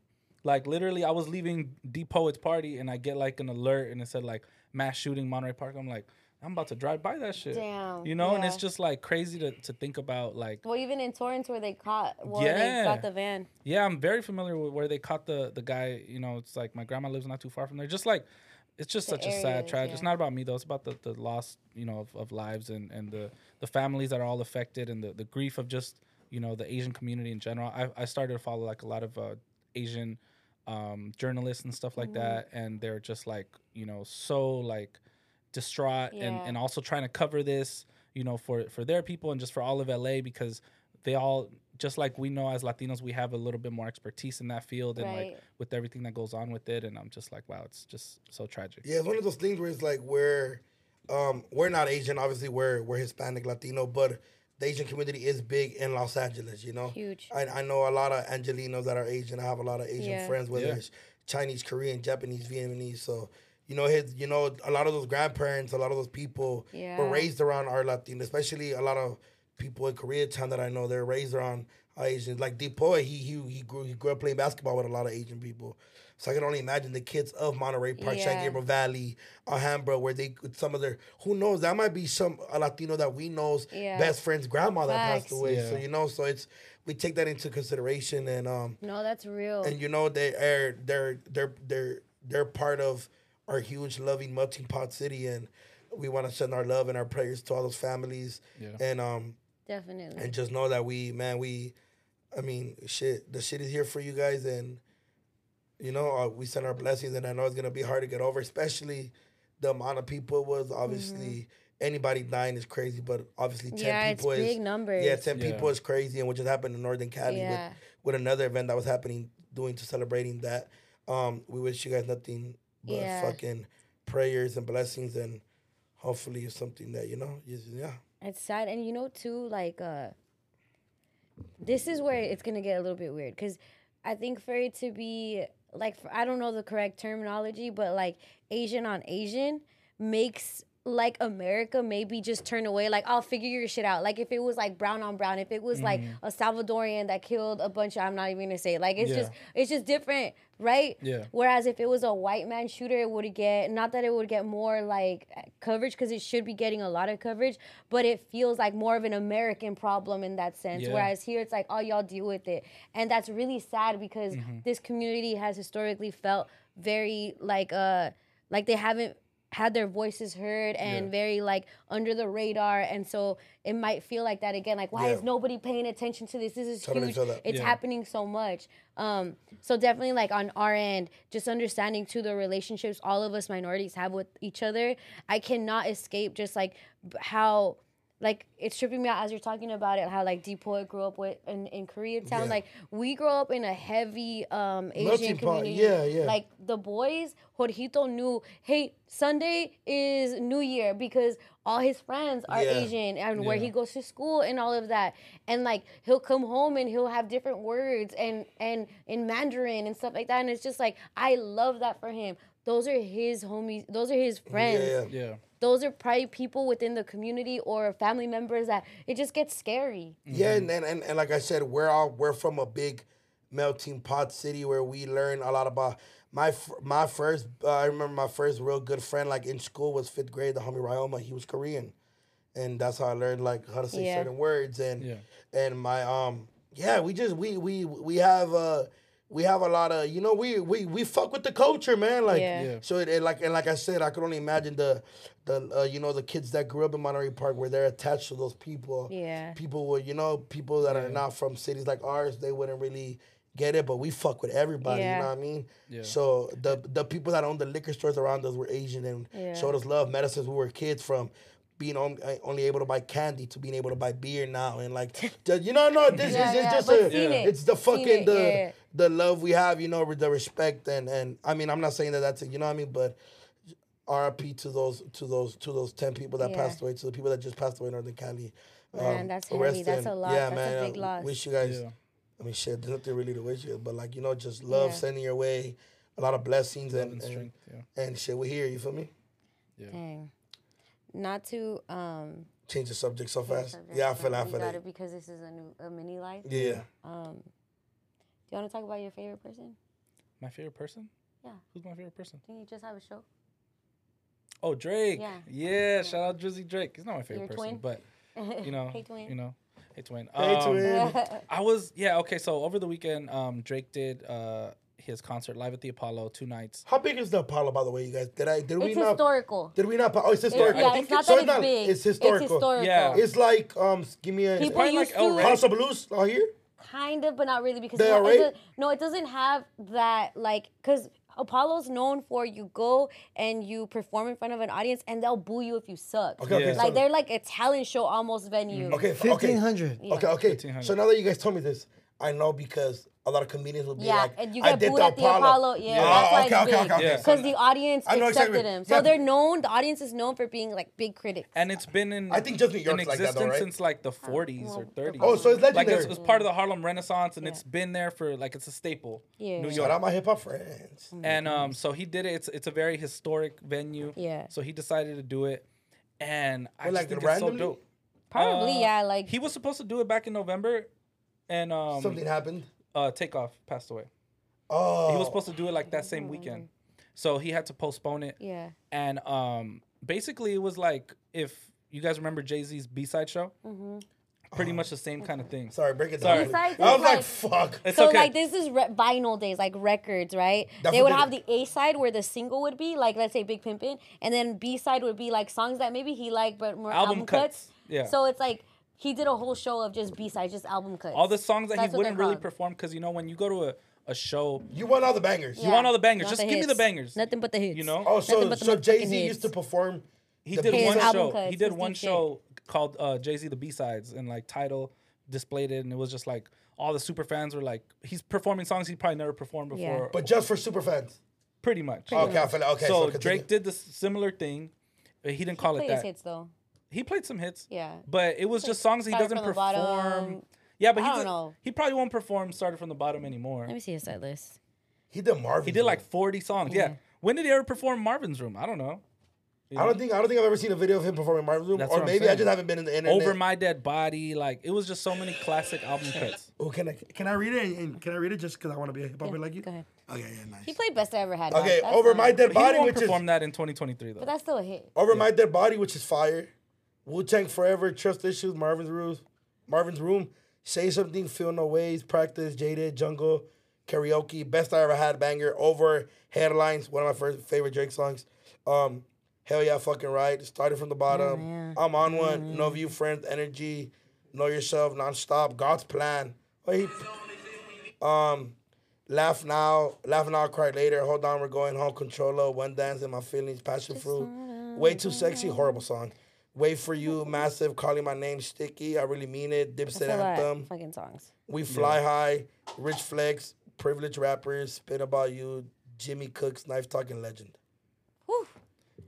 S5: like literally i was leaving deep poets party and i get like an alert and it said like mass shooting monterey park i'm like I'm about to drive by that shit.
S4: Damn,
S5: You know, and it's
S4: yeah.
S5: just like crazy to, to think about. Like,
S4: Well, even in Torrance where they caught, well,
S5: Yeah.
S4: they got the van.
S5: yeah, I'm very familiar with where they caught the the guy. You know, it's like my grandma lives not too far from there. Just like, it's just
S4: The
S5: such a sad
S4: areas,
S5: tragedy.
S4: yeah.
S5: It's not about me though. It's about the, the loss, you know, of, of lives and and the the families that are all affected and the the grief of just you know the Asian community in general. I I started to follow like a lot of uh, Asian um, journalists and stuff
S4: Mm-hmm.
S5: like that, and they're just like you know so like distraught and,
S4: Yeah.
S5: and also trying to cover this, you know, for for their people and just for all of LA because they all just like we know as Latinos, we have a little bit more expertise in that field and like
S4: Right.
S5: with everything that goes on with it. And I'm just like, wow, it's just so tragic.
S2: Yeah, it's one of those things where it's like we're um, we're not Asian, obviously we're we're Hispanic, Latino, but the Asian community is big in Los Angeles, you know.
S4: Huge.
S2: I, I know a lot of Angelinos that are Asian. I have a lot of Asian
S4: Yeah.
S2: friends, whether
S5: Yeah.
S2: it's Chinese, Korean, Japanese, Vietnamese. So you know his, you know a lot of those grandparents, a lot of those people were
S4: Yeah.
S2: raised around our Latino, especially a lot of people in Koreatown that I know. They're raised around Asian. Like Depoy, he he he grew he grew up playing basketball with a lot of Asian people. So I can only imagine the kids of Monterey Park, San
S4: Yeah.
S2: Gabriel Valley, Alhambra, where they could- some of their who knows that might be some a Latino that we know's
S4: Yeah.
S2: best friend's grandma that passed
S4: Facts.
S2: away. So
S5: Yeah.
S2: you know, so it's we take that into consideration and um
S4: No, that's real.
S2: and you know they are they're they're they're they're part of our huge loving melting pot city and we want to send our love and our prayers to all those families
S5: Yeah.
S2: and um
S4: Definitely.
S2: and just know that we man we i mean shit the shit is here for you guys and you know uh, we send our blessings and i know it's gonna be hard to get over especially the amount of people it was obviously anybody dying is crazy but obviously 10
S4: Mm-hmm. Yeah, it's
S2: people is
S4: big numbers.
S2: yeah 10
S5: Yeah.
S2: people is crazy and what just happened in northern cali
S4: Yeah.
S2: with, with another event that was happening doing to celebrating that um we wish you guys nothing but
S4: Yeah.
S2: fucking prayers and blessings and hopefully it's something that you know is- yeah
S4: It's sad, and you know too, like uh this is where it's gonna get a little bit weird because I think for it to be like for, I don't know the correct terminology, but like Asian on Asian makes like America maybe just turn away like I'll figure your shit out like if it was like brown on brown if it was like
S5: Mm-hmm.
S4: a Salvadorian that killed a bunch of I'm not even gonna say it. like it's
S5: Yeah.
S4: just it's just different right
S5: Yeah.
S4: Whereas if it was a white man shooter, it would get not that it would get more like coverage because it should be getting a lot of coverage, but it feels like more of an American problem in that sense.
S5: Yeah.
S4: Whereas here, it's like, oh, y'all deal with it, and that's really sad because
S2: Mm-hmm.
S4: this community has historically felt very like uh like they haven't had their voices heard and
S5: Yeah.
S4: very like under the radar and so it might feel like that again like why
S2: Yeah.
S4: is nobody paying attention to this this is
S2: Totally
S4: huge
S2: feel that.
S4: it's
S5: Yeah.
S4: happening so much um so definitely like on our end just understanding to the relationships all of us minorities have with each other i cannot escape just like b- how like it's tripping me out as you're talking about it how like Depoy grew up with in, in koreatown
S2: Yeah.
S4: like we grew up in a heavy um asian
S2: Melting pot,
S4: community
S2: yeah, yeah.
S4: like the boys, Jorgito knew, hey, Sunday is New Year because all his friends are
S2: Yeah.
S4: Asian and where
S5: Yeah.
S4: he goes to school and all of that. And like he'll come home and he'll have different words and and in Mandarin and stuff like that. And it's just like I love that for him. Those are his homies. Those are his friends
S2: yeah, yeah.
S5: Yeah.
S4: those are probably people within the community or family members that it just gets scary.
S2: Yeah, and,
S4: Mm-hmm.
S2: and and and like I said, we're all we're from a big melting pot city where we learn a lot about my fir- my first. Uh, I remember my first real good friend like in school was fifth grade. The homie Ryoma, he was Korean, and that's how I learned like how to say
S4: Yeah.
S2: certain words and
S5: Yeah.
S2: and my um yeah we just we we we have uh we have a lot of you know we we we fuck with the culture man like
S4: Yeah.
S5: Yeah.
S2: so it, it like and like I said, I could only imagine the the uh, you know the kids that grew up in Monterey Park where they're attached to those people.
S4: Yeah.
S2: People were you know people that are not from cities like ours, they wouldn't really get it, but we fuck with everybody.
S4: Yeah.
S2: You know what I mean?
S5: Yeah.
S2: So the the people that owned the liquor stores around us were Asian and
S4: Yeah.
S2: showed us love, medicines. We were kids from. Being on, uh, only able to buy candy to being able to buy beer now and like just- you know no this
S4: Yeah,
S2: is
S4: yeah,
S2: it's just
S4: but
S2: a,
S4: seen it.
S2: it's the
S4: Seen
S2: fucking
S4: it,
S2: the
S4: yeah, yeah.
S2: the love we have, you know, with the respect and and I mean, I'm not saying that that's it, you know what I mean, but RIP to those to those to those ten people that
S4: Yeah.
S2: passed away, to the people that just passed away in Northern Cali.
S4: Man,
S2: Um,
S4: that's heavy. That's
S2: resting.
S4: a lot.
S2: Yeah,
S4: That's a
S2: man.
S4: big
S2: I
S4: loss.
S2: Wish you guys.
S5: Yeah.
S2: I mean, shit. There's nothing really to wish you, but like you know, just love
S4: Yeah.
S2: sending your way, a lot of blessings and
S5: and
S2: and,
S5: strength, yeah.
S2: and shit. We're here. You feel me?
S4: Dang. Not to um
S2: Change the subject so fast. yeah, I feel. I
S4: we
S2: feel
S4: got
S2: it.
S4: it because this is a new a mini life. Um, Do
S2: Yeah.
S4: you want to talk about your favorite person?
S5: My favorite person?
S4: Yeah.
S5: Who's my favorite person?
S4: Didn't you just have a show?
S5: Oh, Drake. Yeah.
S4: Yeah.
S5: Shout out Drizzy Drake. He's not my favorite
S4: Your
S5: person,
S4: twin?
S5: but you know,
S4: Hey, twin.
S5: you know, hey twin.
S2: Hey,
S5: Um,
S2: twin.
S5: I was yeah okay. So over the weekend, um, Drake did uh his concert live at the Apollo two nights.
S2: How big is the Apollo, by the way, you guys? Did I? Did we
S4: It's
S2: not?
S4: historical.
S2: Did we not? Oh, it's
S4: It's-
S2: historical.
S4: yeah, it's not
S2: So
S4: that it's big.
S2: It's historical.
S4: It's historical.
S5: Yeah.
S2: It's like um, give me a
S4: People
S5: probably like
S4: used
S5: El
S4: to
S5: Rey.
S2: House of Blues out here.
S4: kind of, but not really because
S2: They
S4: it,
S2: are
S4: it
S2: right?
S4: does- no, it doesn't have that like because Apollo's known for you go and you perform in front of an audience and they'll boo you if you suck.
S2: Okay, okay,
S5: Yeah.
S4: Like
S2: so- Mm,
S4: they're like a talent show almost venue.
S2: Okay, f- okay.
S3: 1500.
S2: Okay, okay.
S5: 1500.
S2: So now that you guys told me this, I know because a lot of comedians will be
S4: Yeah,
S2: like,
S4: and you
S2: I
S4: get
S2: did
S4: booed
S2: the
S4: at the
S2: Apollo.
S4: Apollo. Yeah,
S2: Oh,
S4: that's why
S2: okay,
S4: it's
S2: okay,
S4: big.
S2: okay, okay.
S5: Yeah.
S4: Because the audience
S2: I know
S4: accepted
S2: exactly-
S4: him, so
S2: yeah.
S4: they're known. The audience is known for being like big critics.
S5: And it's been in
S2: I think just New
S5: in
S2: York's like that,
S5: existence
S2: though, right?
S5: since like the 40s or
S4: well,
S5: 30s.
S2: Oh, so it's
S5: like
S2: legendary.
S5: it's, it's part of the Harlem Renaissance, and
S4: Yeah.
S5: it's been there for like it's a staple.
S4: Yeah.
S5: New
S2: Shout
S5: York.
S2: out my hip hop friends.
S5: And um, so he did it. It's it's a very historic venue.
S4: Yeah.
S5: So he decided to do it, and I
S2: Well,
S5: just
S2: like,
S5: think
S2: randomly?
S5: it's so dope.
S4: Probably,
S5: Uh,
S4: yeah. Like
S5: he was supposed to do it back in November, and um,
S2: Something happened.
S5: uh, takeoff passed away.
S2: Oh,
S5: He was supposed to do it like that same weekend, so he had to postpone it.
S4: Oh. yeah,
S5: And um, basically, it was like if you guys remember Jay Z's B side show,
S4: Mm-hmm.
S5: pretty much the same kind of thing.
S2: Sorry, break it
S5: Sorry.
S2: down. I
S4: Besides,
S2: was
S4: it's
S2: like,
S4: like-
S2: fuck.
S5: It's
S4: Oh. so
S5: okay.
S4: like this is re- vinyl days, like records, right?
S2: That's
S4: they
S2: what
S4: would
S2: they
S4: have
S2: did.
S4: the A side where the single would be, like let's say Big Pimpin', and then B side would be like songs that maybe he liked but more
S5: Album
S4: album,
S5: cuts.
S4: cuts.
S5: Yeah.
S4: So it's like he did a whole show of just B sides, just album cuts.
S5: all the songs that
S4: That's
S5: he
S4: what they're
S5: wouldn't really
S4: called.
S5: perform because you know when you go to a, a show,
S2: You want all the bangers.
S4: Yeah.
S5: want all the bangers,
S4: Not
S5: just give me the
S4: hits.
S5: bangers.
S4: Nothing but the hits.
S5: you know.
S2: Oh, so
S4: Nothing but the
S2: so
S4: motherfucking
S2: Jay Z used
S4: hits.
S2: to perform.
S5: He
S2: the
S5: did
S2: B-sides?
S4: His
S5: one
S4: album
S5: show.
S4: cuts,
S5: he did
S4: his
S5: one
S4: DJ.
S5: show called uh, Jay Z the B sides and like title displayed it, and it was just like all the super fans were like, he's performing songs he probably never performed
S4: Yeah.
S5: before,
S2: but just for super fans.
S5: pretty much.
S2: Okay, I feel like, okay.
S5: so
S2: continue.
S5: Drake did the similar thing. but He didn't call it
S4: Play
S5: that.
S4: his hits though.
S5: He played some hits.
S4: Yeah.
S5: But it was just songs he
S4: Started
S5: doesn't
S4: from the
S5: perform.
S4: bottom.
S5: Yeah, but
S4: I
S5: he
S4: don't
S5: did-
S4: know.
S5: he probably won't perform started from the bottom anymore.
S4: Let me see his set list.
S2: He did Marvin.
S5: He did like 40 songs. Yeah.
S4: Yeah.
S5: When did he ever perform Marvin's Room? I don't know.
S2: I don't think I don't think I've ever seen a video of him performing Marvin's Room,
S5: That's
S2: or
S5: what I'm
S2: maybe I
S5: saying.
S2: just haven't been in the internet.
S5: Over My Dead Body, like it was just so many classic album cuts.
S2: Oh, can I can I read it? And, and can I read it just because I want to be a hip hopper like you?
S4: go ahead.
S2: Okay, yeah, nice.
S4: He played best I ever had. dog.
S2: Okay,
S4: That's
S2: over
S4: not-
S2: my dead
S5: He
S2: body,
S5: won't
S2: which is
S5: perform that in 2023 though.
S4: But that's still a hit.
S2: over my dead body, which is fire. Wu Tang forever, trust issues, Marvin's room, Marvin's room, say something, feel no ways, practice, jaded, jungle, karaoke, best I ever had, banger, over headlines, one of my first favorite Drake songs. Um, hell yeah, fucking right. Started from the bottom. I'm on one.
S4: Mm-hmm.
S2: No view, friends, energy, know yourself, nonstop, God's plan. Oh, he- Laugh now, laugh now, cry later. Hold on, we're going home. Controller, one dance in my feelings, passion fruit. Way too sexy, horrible song. Wait for you, massive, calling my name sticky. I really mean it. Dipset
S4: It's a lot
S2: anthem.
S4: of fucking songs.
S2: We fly high, rich flex, privileged rappers, spit about you, Jimmy Cooks, knife talking legend.
S4: Whew,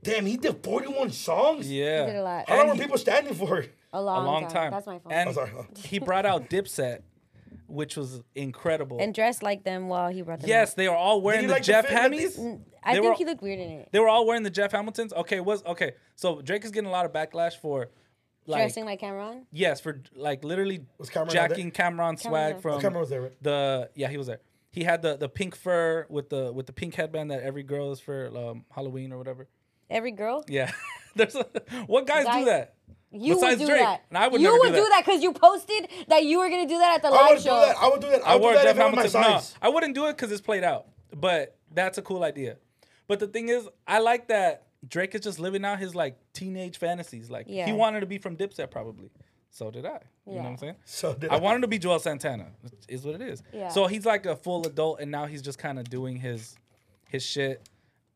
S2: Damn, he did 41 songs.
S5: yeah.
S4: He did a lot.
S2: How long were people standing for?
S4: a long,
S5: a long time.
S4: That's my fault.
S5: And
S2: I'm sorry.
S5: he brought out Dipset, which was incredible.
S4: and dressed like them while he brought them.
S5: yes, they were all wearing
S2: you
S5: the
S2: like the
S5: Jeff
S2: fit that they-
S5: Hammies.
S4: out. I
S5: they
S4: think
S5: were-
S4: he looked weird in it.
S5: They were all wearing the Jeff Hamiltons. Okay, was okay. So Drake is getting a lot of backlash for like
S4: Dressing like Cameron.
S5: yes, for like literally
S2: Was Cameron not
S5: jacking Cameron's swag
S4: there.
S5: from
S2: Cameron was there, right?
S5: the yeah, he was there. He had the the pink fur with the with the pink headband that every girl is for um, Halloween or whatever.
S4: Every girl.
S5: Yeah. There's a, what guys, do
S4: Guys-
S5: that?
S4: You
S5: Besides
S4: would do
S5: Drake,
S4: that.
S5: and I would
S4: you
S5: never do
S4: would
S5: that.
S4: because you posted that you were gonna do that at the
S2: I
S4: live
S2: would do
S4: show.
S2: that. I would do that. I,
S5: I
S2: would
S5: wore
S2: do that
S5: Jeff
S2: if it were my
S5: Hamilton. No,
S2: size.
S5: I wouldn't do it because it's played out. But that's a cool idea. But the thing is, I like that Drake is just living out his like teenage fantasies. Like
S4: Yeah.
S5: he wanted to be from Dipset probably. So did I. You know what I'm
S4: Yeah.
S5: saying?
S2: So did
S5: I
S2: I.
S5: wanted to be Joel Santana. Is what it is.
S4: Yeah.
S5: So he's like a full adult, and now he's just kind of doing his his shit.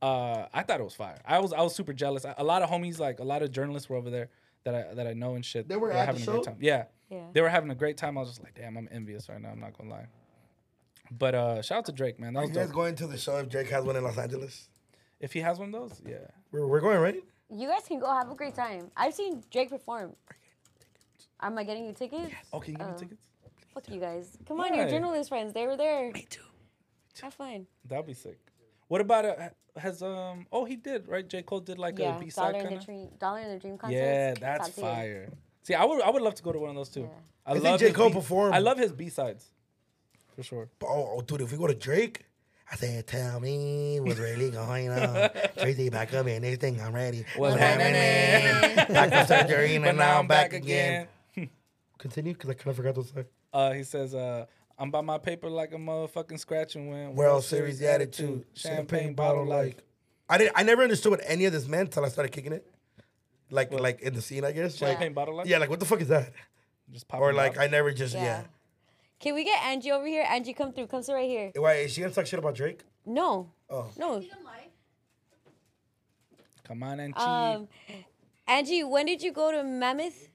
S5: Uh, I thought it was fire. I was I was super jealous. A lot of homies, like a lot of journalists, were over there that I that I know and shit.
S2: They were at the
S5: having a great
S2: show?
S5: time. Yeah.
S4: Yeah.
S5: They were having a great time. I was just like, damn, I'm envious right now. I'm not gonna lie. But uh, shout out to Drake, man. That was
S2: You guys
S5: dope.
S2: going to the show if Drake has one in Los Angeles?
S5: if he has one of those, yeah.
S2: We're, we're going, right?
S4: You guys can go have a great time. I've seen Drake perform. Am I getting you tickets?
S5: Oh, can you
S4: Uh-huh.
S5: give me tickets?
S4: Fuck you guys. Come on, your
S5: Why?
S4: journalist friends. They were there. Me too. Have fun.
S5: That'd be sick. What about uh, has um? Oh, he did right. J Cole did like
S4: Yeah.
S5: a B
S4: Dollar
S5: side
S4: in
S5: kind
S4: the
S5: of.
S4: dream. Dollar in the dream concert.
S5: Yeah, that's
S4: Top tier.
S5: fire. See, I would I would love to go to one of those too. I,
S2: think
S5: love
S2: J.
S5: his
S2: Cole
S5: B-
S2: performed.
S5: I love his B sides, for sure.
S2: Oh, oh, dude, if we go to Drake, I I said, tell me what's really going on. Tracy back up and they think I'm ready.
S5: What's
S2: What's happening? back from surgery and
S5: But
S2: then now I'm back again. Continue, because I kind of forgot to say.
S5: Uh, he says, uh, I'm by my paper like a motherfucking scratch and win.
S2: World Series attitude. Champagne bottle like. I didn't. I never understood what any of this meant until I started kicking it. Like, like in the scene, I guess. Like,
S5: Champagne bottle like?
S2: Yeah, like what the fuck is that?
S5: Just pop
S2: Or like, I never just yeah.
S4: Yeah. Can we get Angie over here? Angie, come through. Come sit right here.
S2: Why is she gonna talk shit about Drake?
S4: No.
S2: Oh.
S4: No.
S5: Come on and cheat.
S4: Um, Angie, when did you go to Mammoth?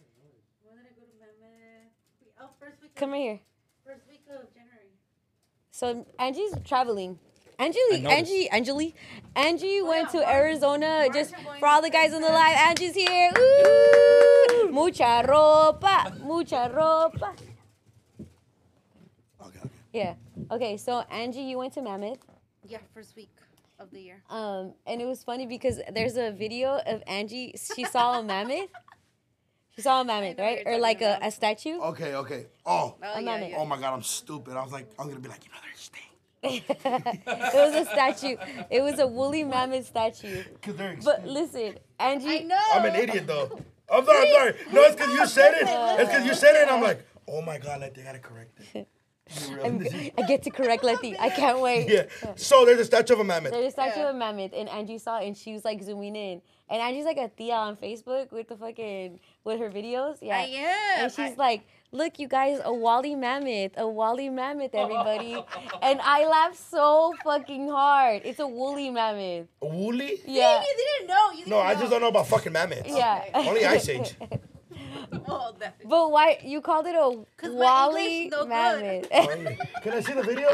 S4: Come right here.
S8: First week of January.
S4: So Angie's traveling. Angie,
S5: noticed.
S4: Angie, Angie, Angie went
S8: Oh, yeah,
S4: to
S8: Mar-
S4: Arizona
S8: March
S4: just
S8: I'm going
S4: for all the guys on the live. Angie's here. Ooh, mucha ropa, mucha ropa.
S2: Okay, okay.
S4: Yeah. Okay. So Angie, you went to Mammoth.
S8: Yeah, first week of the year.
S4: Um, and it was funny because there's a video of Angie. She saw a mammoth. She saw a mammoth,
S8: know what
S4: right?
S8: you're
S4: Or like
S8: talking
S4: a,
S8: about.
S4: a statue.
S2: Okay, okay. Oh,
S8: Oh,
S4: yeah,
S8: yeah,
S4: yeah.
S8: yeah.
S2: oh my God, I'm stupid. I was like, I was gonna be like, you know, there's thing.
S4: It was a statue. It was a woolly mammoth statue.
S2: Cause they're.
S4: But listen, Angie.
S8: I know.
S2: I'm an idiot though. I'm sorry. I'm sorry. No, it's because you said it. It's because you said it. And I'm like, oh my God, like they gotta correct it. You really-
S4: I get to correct Letty. I can't wait.
S2: yeah. So there's a statue of a mammoth.
S4: There's a statue of mammoth, and Angie saw it, and she was like zooming in. And Angie's like a Thea on Facebook with the fucking with her videos. Yeah.
S8: I am.
S4: And she's
S8: I-
S4: like, look, you guys, a Wally Mammoth, a Wally Mammoth, everybody. and I laughed so fucking hard. It's a woolly mammoth.
S2: Woolly?
S4: Yeah.
S8: You didn't know. You didn't
S2: No, I just don't know about fucking mammoths.
S4: Yeah.
S2: Only Ice Age.
S8: Well, Oh, that-
S4: But why you called it a
S8: 'Cause my
S4: Wally
S8: English no good.
S4: Mammoth?
S2: Can I see the video?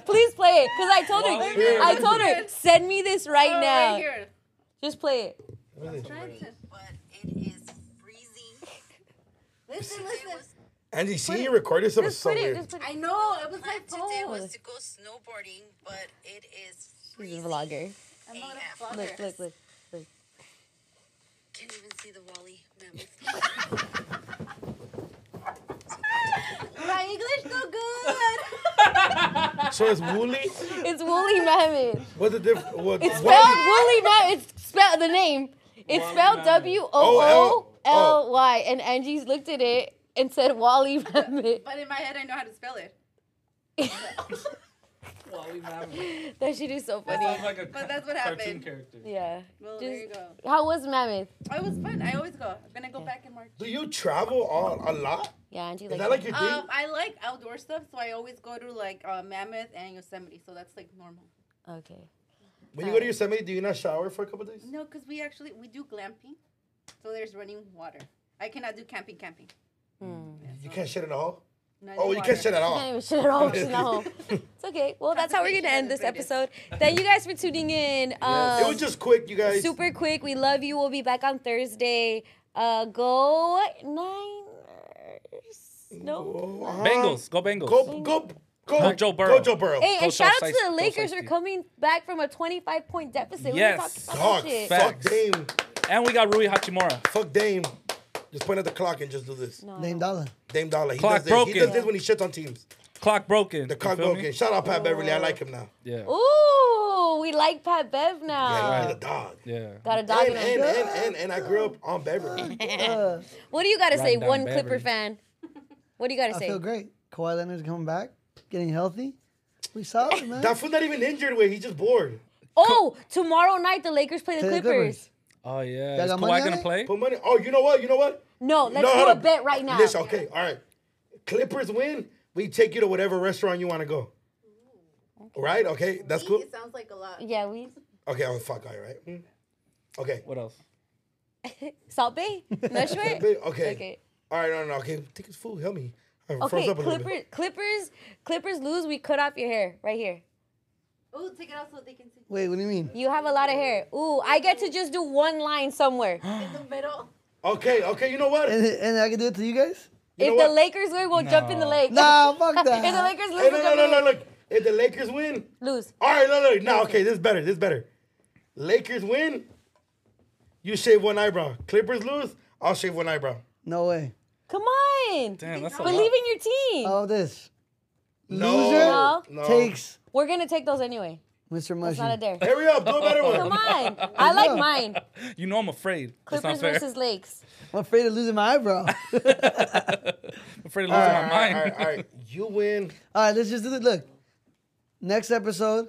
S4: Please play it, cause I told her, I told her, send me this right
S8: Oh,
S4: now.
S8: Right here.
S4: Just play it.
S9: but it is freezing.
S8: Listen, listen.
S2: Andy, see you record this? It was
S4: Just
S2: so
S4: put it.
S2: weird.
S4: Just put
S8: I
S4: it.
S8: know. It was my
S9: Plan today
S8: phone.
S9: was to go snowboarding, but it is
S4: She's a
S9: freezing.
S4: vlogger.
S8: I'm not a
S4: Look,
S8: vlogger.
S4: look, look.
S9: Can't even see the Wally mammoth.
S8: My English no good.
S2: So it's woolly?
S4: It's woolly mammoth.
S2: What's the difference? What,
S4: It's
S2: what-
S4: spelled woolly mammoth. It's spelled the name. It's spelled W O O L Y. And Angie's looked at it and said Wally mammoth.
S8: but in my head, I know how to spell it.
S4: That shit is so funny.
S5: Sounds like a
S8: But that's what
S5: cartoon
S8: happened.
S5: character.
S4: Yeah.
S8: Well, there you
S4: Just,
S8: go. Oh,
S4: how was mammoth?
S8: It was fun. I always go. I'm gonna go back in March.
S2: do you travel all, a lot?
S4: Yeah, Angie.
S2: Is that like your thing?
S4: Uh,
S8: Um, I like outdoor stuff, so I always go to like uh, Mammoth and Yosemite. So that's like normal.
S4: okay.
S2: When
S4: uh,
S2: you go to Yosemite, do you not shower for a couple days?
S8: No, because we actually we do glamping, so there's running water. I cannot do camping. Camping.
S2: You can't shit at all?
S8: No,
S2: Oh, you can't shit at
S4: She
S2: all.
S4: can't even shit at all. She's not home. It's okay. Well, that's how we're gonna end this episode. Thank you guys for tuning in.
S2: It was
S4: Um,
S2: just quick, you guys.
S4: super quick. We love you. We'll be back on Thursday. Uh, go Niners. No.
S2: Oh, uh-huh.
S5: Bengals. Go Bengals.
S2: Go, go, go.
S5: Go Joe Burrow.
S2: Go Joe Burrow.
S4: Hey,
S5: Go
S4: and shout
S5: South
S4: out to
S5: Side-
S4: the
S5: go
S4: Lakers for
S5: South
S4: coming back from a 25 point deficit. We
S5: Yes.
S4: talked about
S2: Dog,
S4: that shit.
S5: Fuck.
S2: fuck Dame.
S5: And we got Rui Hachimura.
S2: Fuck Dame. Just point at the clock and just do this.
S4: No,
S3: Name
S4: no.
S3: dollar.
S2: Dame Dollar. He
S5: Clock
S2: does, this. he
S5: broken.
S2: does this when he shits on teams.
S5: Clock broken.
S2: The cock
S5: you feel me?
S2: broken. Shout out Pat Beverly. I like him now.
S5: Yeah.
S4: Ooh, we like Pat Bev
S2: Yeah,
S4: now.
S2: he's a dog.
S5: Yeah.
S4: Got a dog
S2: And,
S4: in
S2: and,
S4: him.
S2: and, and, and I grew up on Beverly.
S3: Uh,
S4: What do you got to say,
S5: Rundown
S4: one
S5: Beverly.
S4: Clipper fan? What do you got to
S3: I
S4: say?
S3: feel great. Kawhi Leonard's coming back, getting healthy. We solid, man.
S2: That fool's not even injured with. He's just bored.
S4: Oh, tomorrow night the Lakers play the
S3: Play the
S4: Clippers.
S3: Clippers.
S5: Oh yeah. Is
S3: got
S5: Kawhi
S3: money on
S5: gonna
S3: it?
S5: play?
S2: Put money. Oh, you know what? You know what?
S4: No, let's
S2: No, hold
S4: do a
S2: up.
S4: bet right now.
S2: Listen, okay, all right. Clippers win, we take you to whatever restaurant you want to go. Right? Okay, that's cool.
S8: It sounds like a lot.
S4: Yeah, we
S2: Okay, oh fuck, all right. Mm. Okay.
S5: What else?
S4: Salt Bay, Nashua.
S2: Okay. okay.
S4: Okay.
S2: All right, no, no, no. Okay, take his food. Help me. All right, froze
S4: Okay,
S2: up a little bit.
S4: Clippers, Clippers, Clippers lose. We cut off your hair right here.
S8: Oh, take it out so they can see
S3: Wait, what do you mean?
S4: You have a lot of hair. Ooh, I get to just do one line somewhere.
S8: in the middle.
S2: Okay, okay, you know what?
S3: And, and I can do it to you guys?
S2: know
S4: if
S2: what?
S4: the Lakers win, we'll jump in the
S5: No.
S4: lake.
S3: Nah, fuck
S4: if the
S3: that.
S4: Lakers lose,
S2: Hey,
S4: we'll
S2: no, no,
S4: jump
S2: no,
S4: in the
S2: no,
S4: lake.
S2: look. If the Lakers win,
S4: Lose.
S2: all right, no, no, no, okay, this is better, this is better. Lakers win, you shave one eyebrow. Clippers lose, I'll shave one eyebrow.
S3: No way.
S4: Come on.
S5: Damn, that's a lot.
S2: Oh.
S4: Believe in your team.
S3: All this.
S2: No,
S3: Loser
S2: no.
S3: takes
S4: We're gonna take those anyway.
S3: Mr. Mushy.
S4: It's not a dare.
S2: Hurry up, do a better one.
S4: Come on, I like mine.
S5: You know I'm afraid. That's not
S4: Clippers
S5: fair.
S4: versus Lakes.
S3: I'm afraid of losing my eyebrow. all
S5: I'm afraid of
S2: All right,
S5: losing
S2: all
S5: my
S2: right,
S5: mind.
S2: all right, all right. You win.
S3: right, let's just do it. Look, next episode,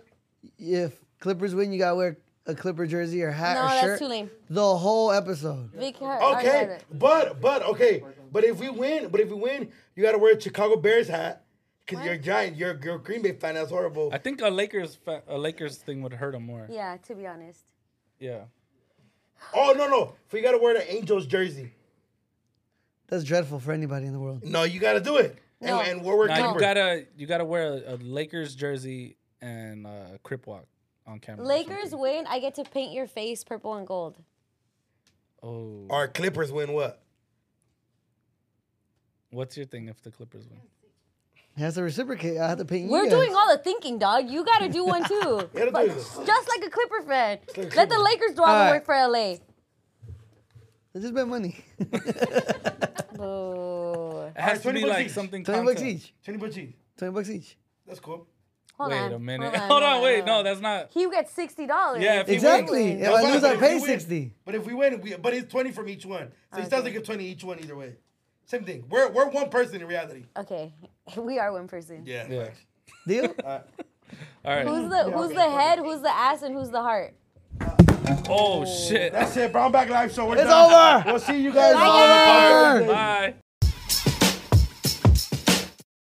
S3: if Clippers win, you gotta wear a Clipper jersey or
S2: Uh,
S3: hat
S4: No,
S3: or
S4: that's
S3: shirt.
S4: too lame.
S3: The whole episode.
S4: Big Har- I heard
S2: Okay,
S4: it.
S2: but but okay, but if we win, but if we win, you gotta wear a Chicago Bears hat because you're a giant. You're, you're a Green Bay fan. That's horrible.
S5: I think a Lakers fa- a Lakers thing would hurt him more. Yeah.
S4: Yeah, to be honest.
S2: Oh no no, we gotta wear the Angels jersey.
S3: That's dreadful for anybody in the world.
S2: No, you gotta do it.
S4: No.
S2: And, and we're we're
S5: Now you
S2: Clippers.
S5: gotta you gotta wear a, a Lakers jersey and a Crip walk on camera. or
S4: Lakers
S5: something.
S4: win, I get to paint your face purple and gold.
S5: Oh,
S2: Our Clippers win what?
S5: what's your thing if the Clippers win?
S3: It has to reciprocate. I have to pay you.
S4: We're
S3: guys.
S4: doing all the thinking, dog. You gotta do one too.
S2: You gotta
S4: But
S2: do this.
S4: Just like a Clipper fan.
S2: like
S4: Let the
S2: Clipper.
S4: Lakers do all the
S3: All
S4: work for LA.
S3: Let's just bet money.
S4: Boo.
S5: It has to
S2: 20
S5: be
S2: bucks
S5: like
S2: each.
S5: something.
S3: Twenty bucks
S5: concrete.
S3: each.
S2: Twenty bucks each.
S3: Twenty bucks each.
S2: That's cool.
S4: Hold
S5: Wait
S4: on.
S5: a minute. Hold on. Wait. No, that's not.
S4: He gets sixty dollars.
S5: Yeah, if he
S3: Exactly.
S5: wins.
S3: If I
S2: But
S3: lose, I
S2: if
S3: pay
S2: we win-
S3: sixty.
S2: But if we win, we, but it's twenty from each one. So he doesn't get twenty each one either way. Same thing. We're we're one person in reality.
S4: Okay. We are one person.
S2: Yeah.
S5: Yeah.
S2: facts.
S3: Deal?
S5: All right.
S4: Who's the who's the head, who's the ass, and who's the heart?
S5: oh shit.
S2: That's it. Brown Back Live Show. We're
S3: It's
S2: done.
S3: over.
S2: We'll see you guys.
S4: Bye,
S2: on the
S4: guys.
S2: podcast.
S5: Bye.